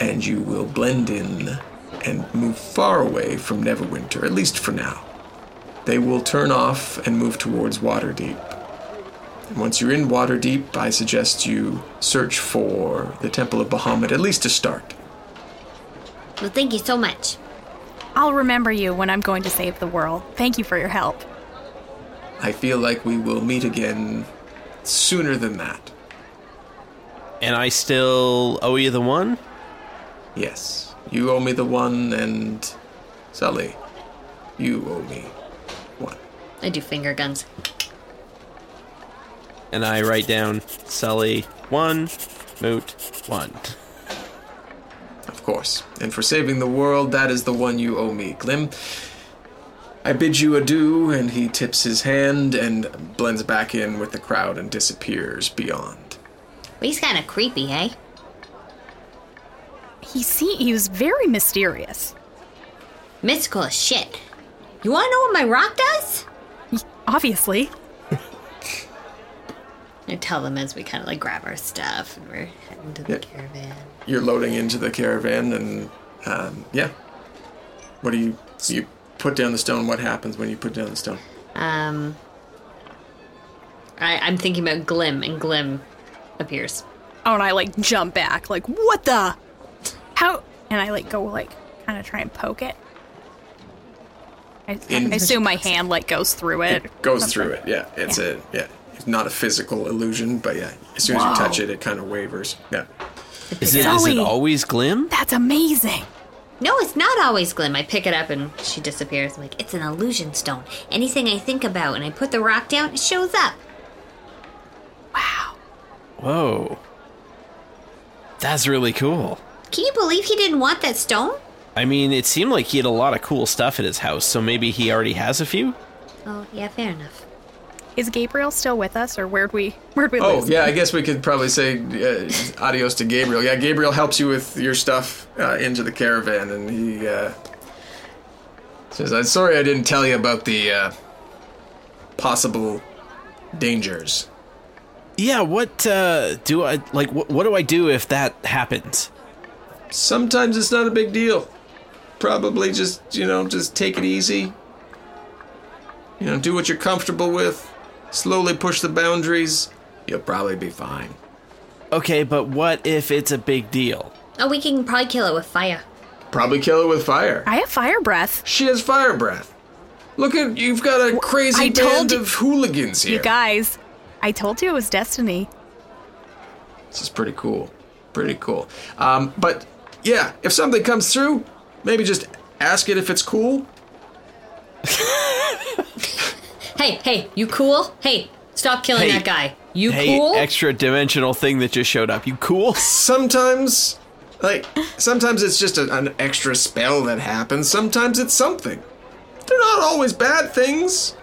S4: and you will blend in and move far away from Neverwinter, at least for now. They will turn off and move towards Waterdeep. And once you're in Waterdeep, I suggest you search for the Temple of Bahamut, at least to start.
S1: Well, thank you so much.
S2: I'll remember you when I'm going to save the world. Thank you for your help.
S4: I feel like we will meet again sooner than that.
S3: And I still owe you the one?
S4: Yes, you owe me the one, and Sully, you owe me one.
S1: I do finger guns.
S3: And I write down Sully one, Moot one.
S4: Of course. And for saving the world, that is the one you owe me, Glim. I bid you adieu, and he tips his hand and blends back in with the crowd and disappears beyond.
S1: Well, he's kind of creepy, hey?
S2: He see he was very mysterious.
S1: Mystical as shit. You want to know what my rock does?
S2: Obviously.
S1: I tell them as we kind of like grab our stuff and we're heading to the
S4: Yeah.
S1: caravan.
S4: You're loading into the caravan, and um, yeah. What do you you put down the stone? What happens when you put down the stone?
S1: Um, I, I'm thinking about Glim, and Glim appears.
S2: Oh, and I like jump back, like what the? How? And I like go like kind of try and poke it. I,
S4: In-
S2: I assume my hand like goes through it.
S4: Goes through it. Yeah, it's a yeah. It's not a physical illusion, but yeah, as soon as you touch it, it kind of wavers. Yeah.
S3: Is it, is it
S2: Sully.
S3: always Glim?
S2: That's amazing.
S1: No, it's not always Glim. I pick it up and she disappears. I'm like, it's an illusion stone. Anything I think about and I put the rock down, it shows up.
S3: Whoa. That's really cool.
S1: Can you believe he didn't want that stone?
S3: I mean, it seemed like he had a lot of cool stuff at his house, so maybe he already has a few?
S1: Oh, yeah, fair enough.
S2: Is Gabriel still with us, or where'd we where'd we
S4: Oh
S2: lose?
S4: yeah, I guess we could probably say uh, adios to Gabriel. Yeah, Gabriel helps you with your stuff uh, into the caravan, and he uh, says, "I'm sorry I didn't tell you about the uh, possible dangers."
S3: Yeah, what uh, do I like? Wh- what do I do if that happens?
S4: Sometimes it's not a big deal. Probably just you know just take it easy. You know, do what you're comfortable with. Slowly push the boundaries. You'll probably be fine.
S3: Okay, but what if it's a big deal?
S1: Oh, we can probably kill it with fire.
S4: Probably kill it with fire.
S2: I have fire breath.
S4: She has fire breath. Look at you've got a crazy
S2: I told
S4: band
S2: you-
S4: of hooligans here.
S2: You guys, I told you it was destiny.
S4: this is pretty cool. Pretty cool. Um, but yeah, if something comes through, maybe just ask it if it's cool.
S1: Hey, hey, you cool? Hey, stop killing
S3: Hey.
S1: that guy. You
S3: Hey,
S1: cool?
S3: extra dimensional thing that just showed up. You cool?
S4: Sometimes, like sometimes it's just a, an extra spell that happens. Sometimes it's something. They're not always bad things.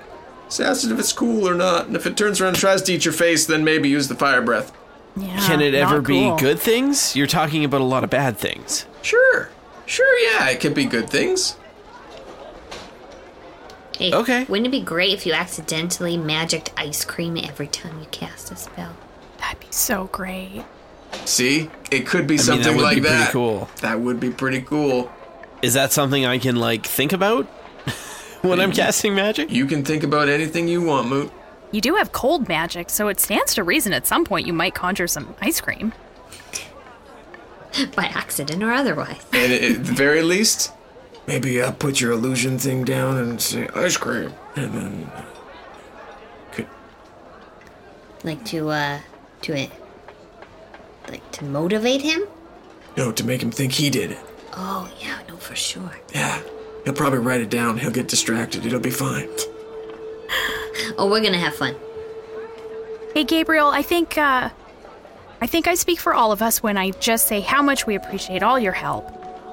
S4: Just ask it if it's cool or not, and if it turns around and tries to eat your face, then maybe use the fire breath.
S2: Yeah,
S3: Can it ever
S2: not cool.
S3: be good things? You're talking about a lot of bad things.
S4: Sure, sure, yeah, it could be good things.
S1: Hey,
S3: Okay.
S1: Wouldn't it be great if you accidentally magicked ice cream every time you cast a spell?
S2: That'd be so great.
S4: See, it could be
S3: that
S4: something
S3: would
S4: like
S3: be pretty
S4: that.
S3: cool.
S4: That would be pretty cool.
S3: Is that something I can like think about when I'm casting magic?
S4: You can think about anything you want, Moot.
S2: You do have cold magic, so it stands to reason at some point you might conjure some ice cream.
S1: By accident or otherwise.
S4: And at the very least, Maybe I put your illusion thing down and say ice cream, and then uh, could
S1: Like to, uh, to it. Like to motivate him?
S4: no to make him think he did it.
S1: Oh, yeah, no, for sure.
S4: Yeah, he'll probably write it down. He'll get distracted. It'll be fine.
S1: Oh, we're gonna have fun.
S2: Hey, Gabriel, I think, uh, I think I speak for all of us when I just say how much we appreciate all your help.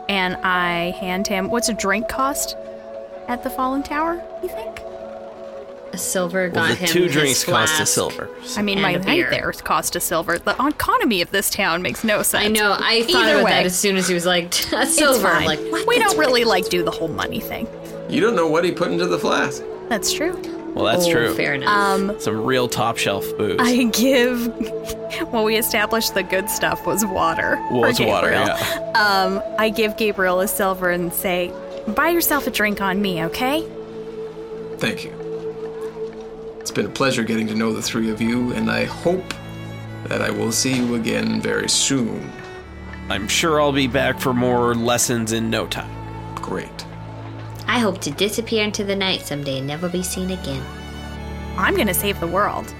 S2: And I hand him, what's a drink cost at the Falling Tower, you think?
S1: Silver got
S3: Well, the
S1: him
S3: two
S1: his
S3: drinks cost a
S1: flask.
S3: silver. so-
S2: I mean,
S1: And
S2: my
S1: a
S2: night
S1: beer.
S2: there cost a silver. The economy of this town makes no sense.
S1: I know. I thought
S2: Either
S1: about
S2: way,
S1: that as soon as he was like a
S2: it's
S1: silver. I'm
S2: fine.
S1: Like what?
S2: we don't really like do the whole money thing.
S4: You don't know what he put into the flask.
S2: That's true.
S3: Well, that's
S1: Oh,
S3: true.
S1: Fair enough.
S2: Um,
S3: Some real top shelf booze.
S2: I give. Well, we established the good stuff was water.
S3: well,
S2: for
S3: it's water.
S2: Gabriel.
S3: Yeah.
S2: Um, I give Gabriel a silver and say, "Buy yourself a drink on me, okay?"
S4: Thank you. It's been a pleasure getting to know the three of you, and I hope that I will see you again very soon.
S3: I'm sure I'll be back for more lessons in no time.
S4: Great.
S1: I hope to disappear into the night someday and never be seen again.
S2: I'm gonna save the world.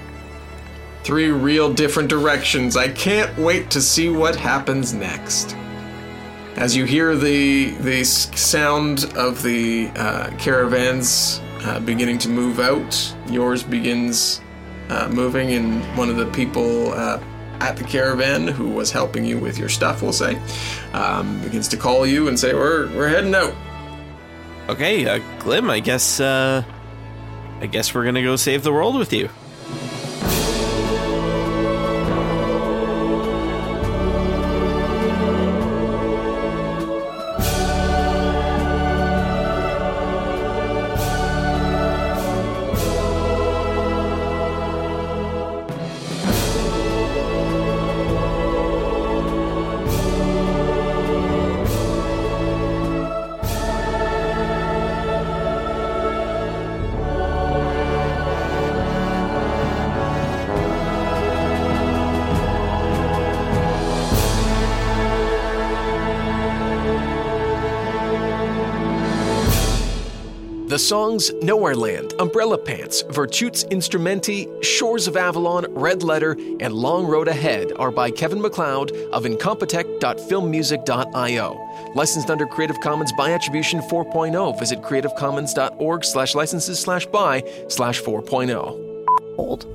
S4: Three real different directions. I can't wait to see what happens next. As you hear the the s- sound of the uh, caravans uh, beginning to move out, yours begins uh, moving, and one of the people uh, at the caravan who was helping you with your stuff, we'll say, um, begins to call you and say, "We're we're heading out."
S3: Okay, uh, Glim. I guess. Uh, I guess we're gonna go save the world with you.
S6: The songs Nowhere Land, Umbrella Pants, Virtute's Instrumenti, Shores of Avalon, Red Letter, and Long Road Ahead are by Kevin McLeod of incompetech.filmmusic.io. Licensed under Creative Commons by Attribution 4.0. Visit creativecommons.org slash licenses slash by slash oh. 4.0.
S2: Hold,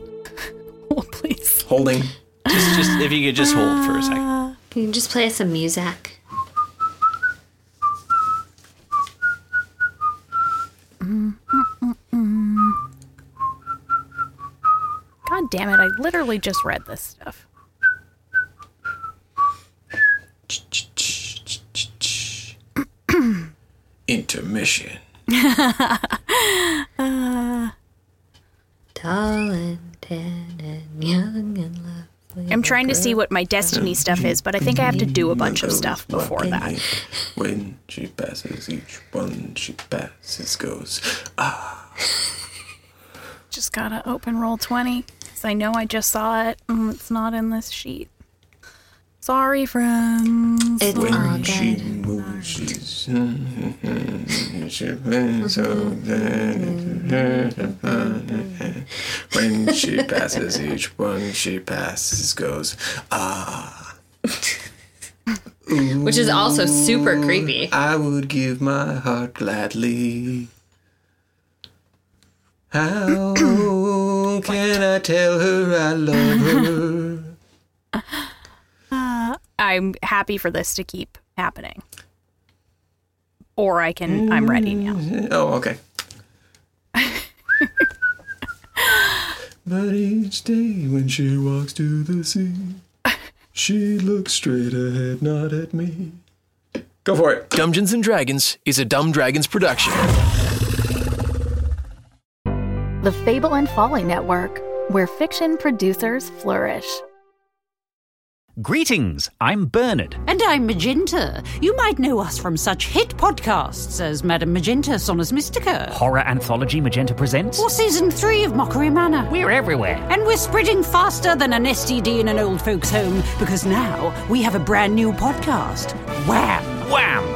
S2: hold, please.
S4: Holding.
S3: Just, just if you could just hold for a second.
S1: Can you just play us some music?
S2: God damn it! I literally just read this stuff.
S4: Intermission.
S1: Tall and tan and young and lovely.
S2: I'm trying to see what my destiny stuff is, but I think I have to do a bunch of stuff before that.
S4: When she passes, each one she passes goes.
S2: Just gotta open roll 20, because I know I just saw it and it's not in this sheet. Sorry, friends.
S1: It's
S4: When
S1: all
S4: she
S1: good.
S4: moves, she's. she moves so good. when she passes, each one she passes goes. Ah,
S1: Which is also super creepy.
S4: I would give my heart gladly. How can I tell her I love her?
S2: I'm happy for this to keep happening. Or I can, I'm ready now.
S4: Oh, okay. but each day when she walks to the sea, she looks straight ahead, not at me. Go for it.
S6: Dungeons and Dragons is a Dumb Dragons production.
S7: The Fable and Folly Network, where fiction producers flourish.
S8: Greetings, I'm Bernard.
S9: And I'm Magenta. You might know us from such hit podcasts as Madame Magenta, Sonus Mystica,
S8: Horror Anthology Magenta Presents.
S9: or Season 3 of Mockery Manor.
S8: We're everywhere.
S9: And we're spreading faster than an STD in an old folks' home because now we have a brand new podcast, Wham!
S8: Wham!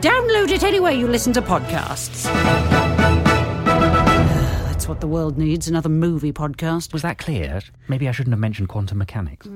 S9: Download it anywhere you listen to podcasts. That's what the world needs another movie podcast.
S8: Was that clear? Maybe I shouldn't have mentioned quantum mechanics.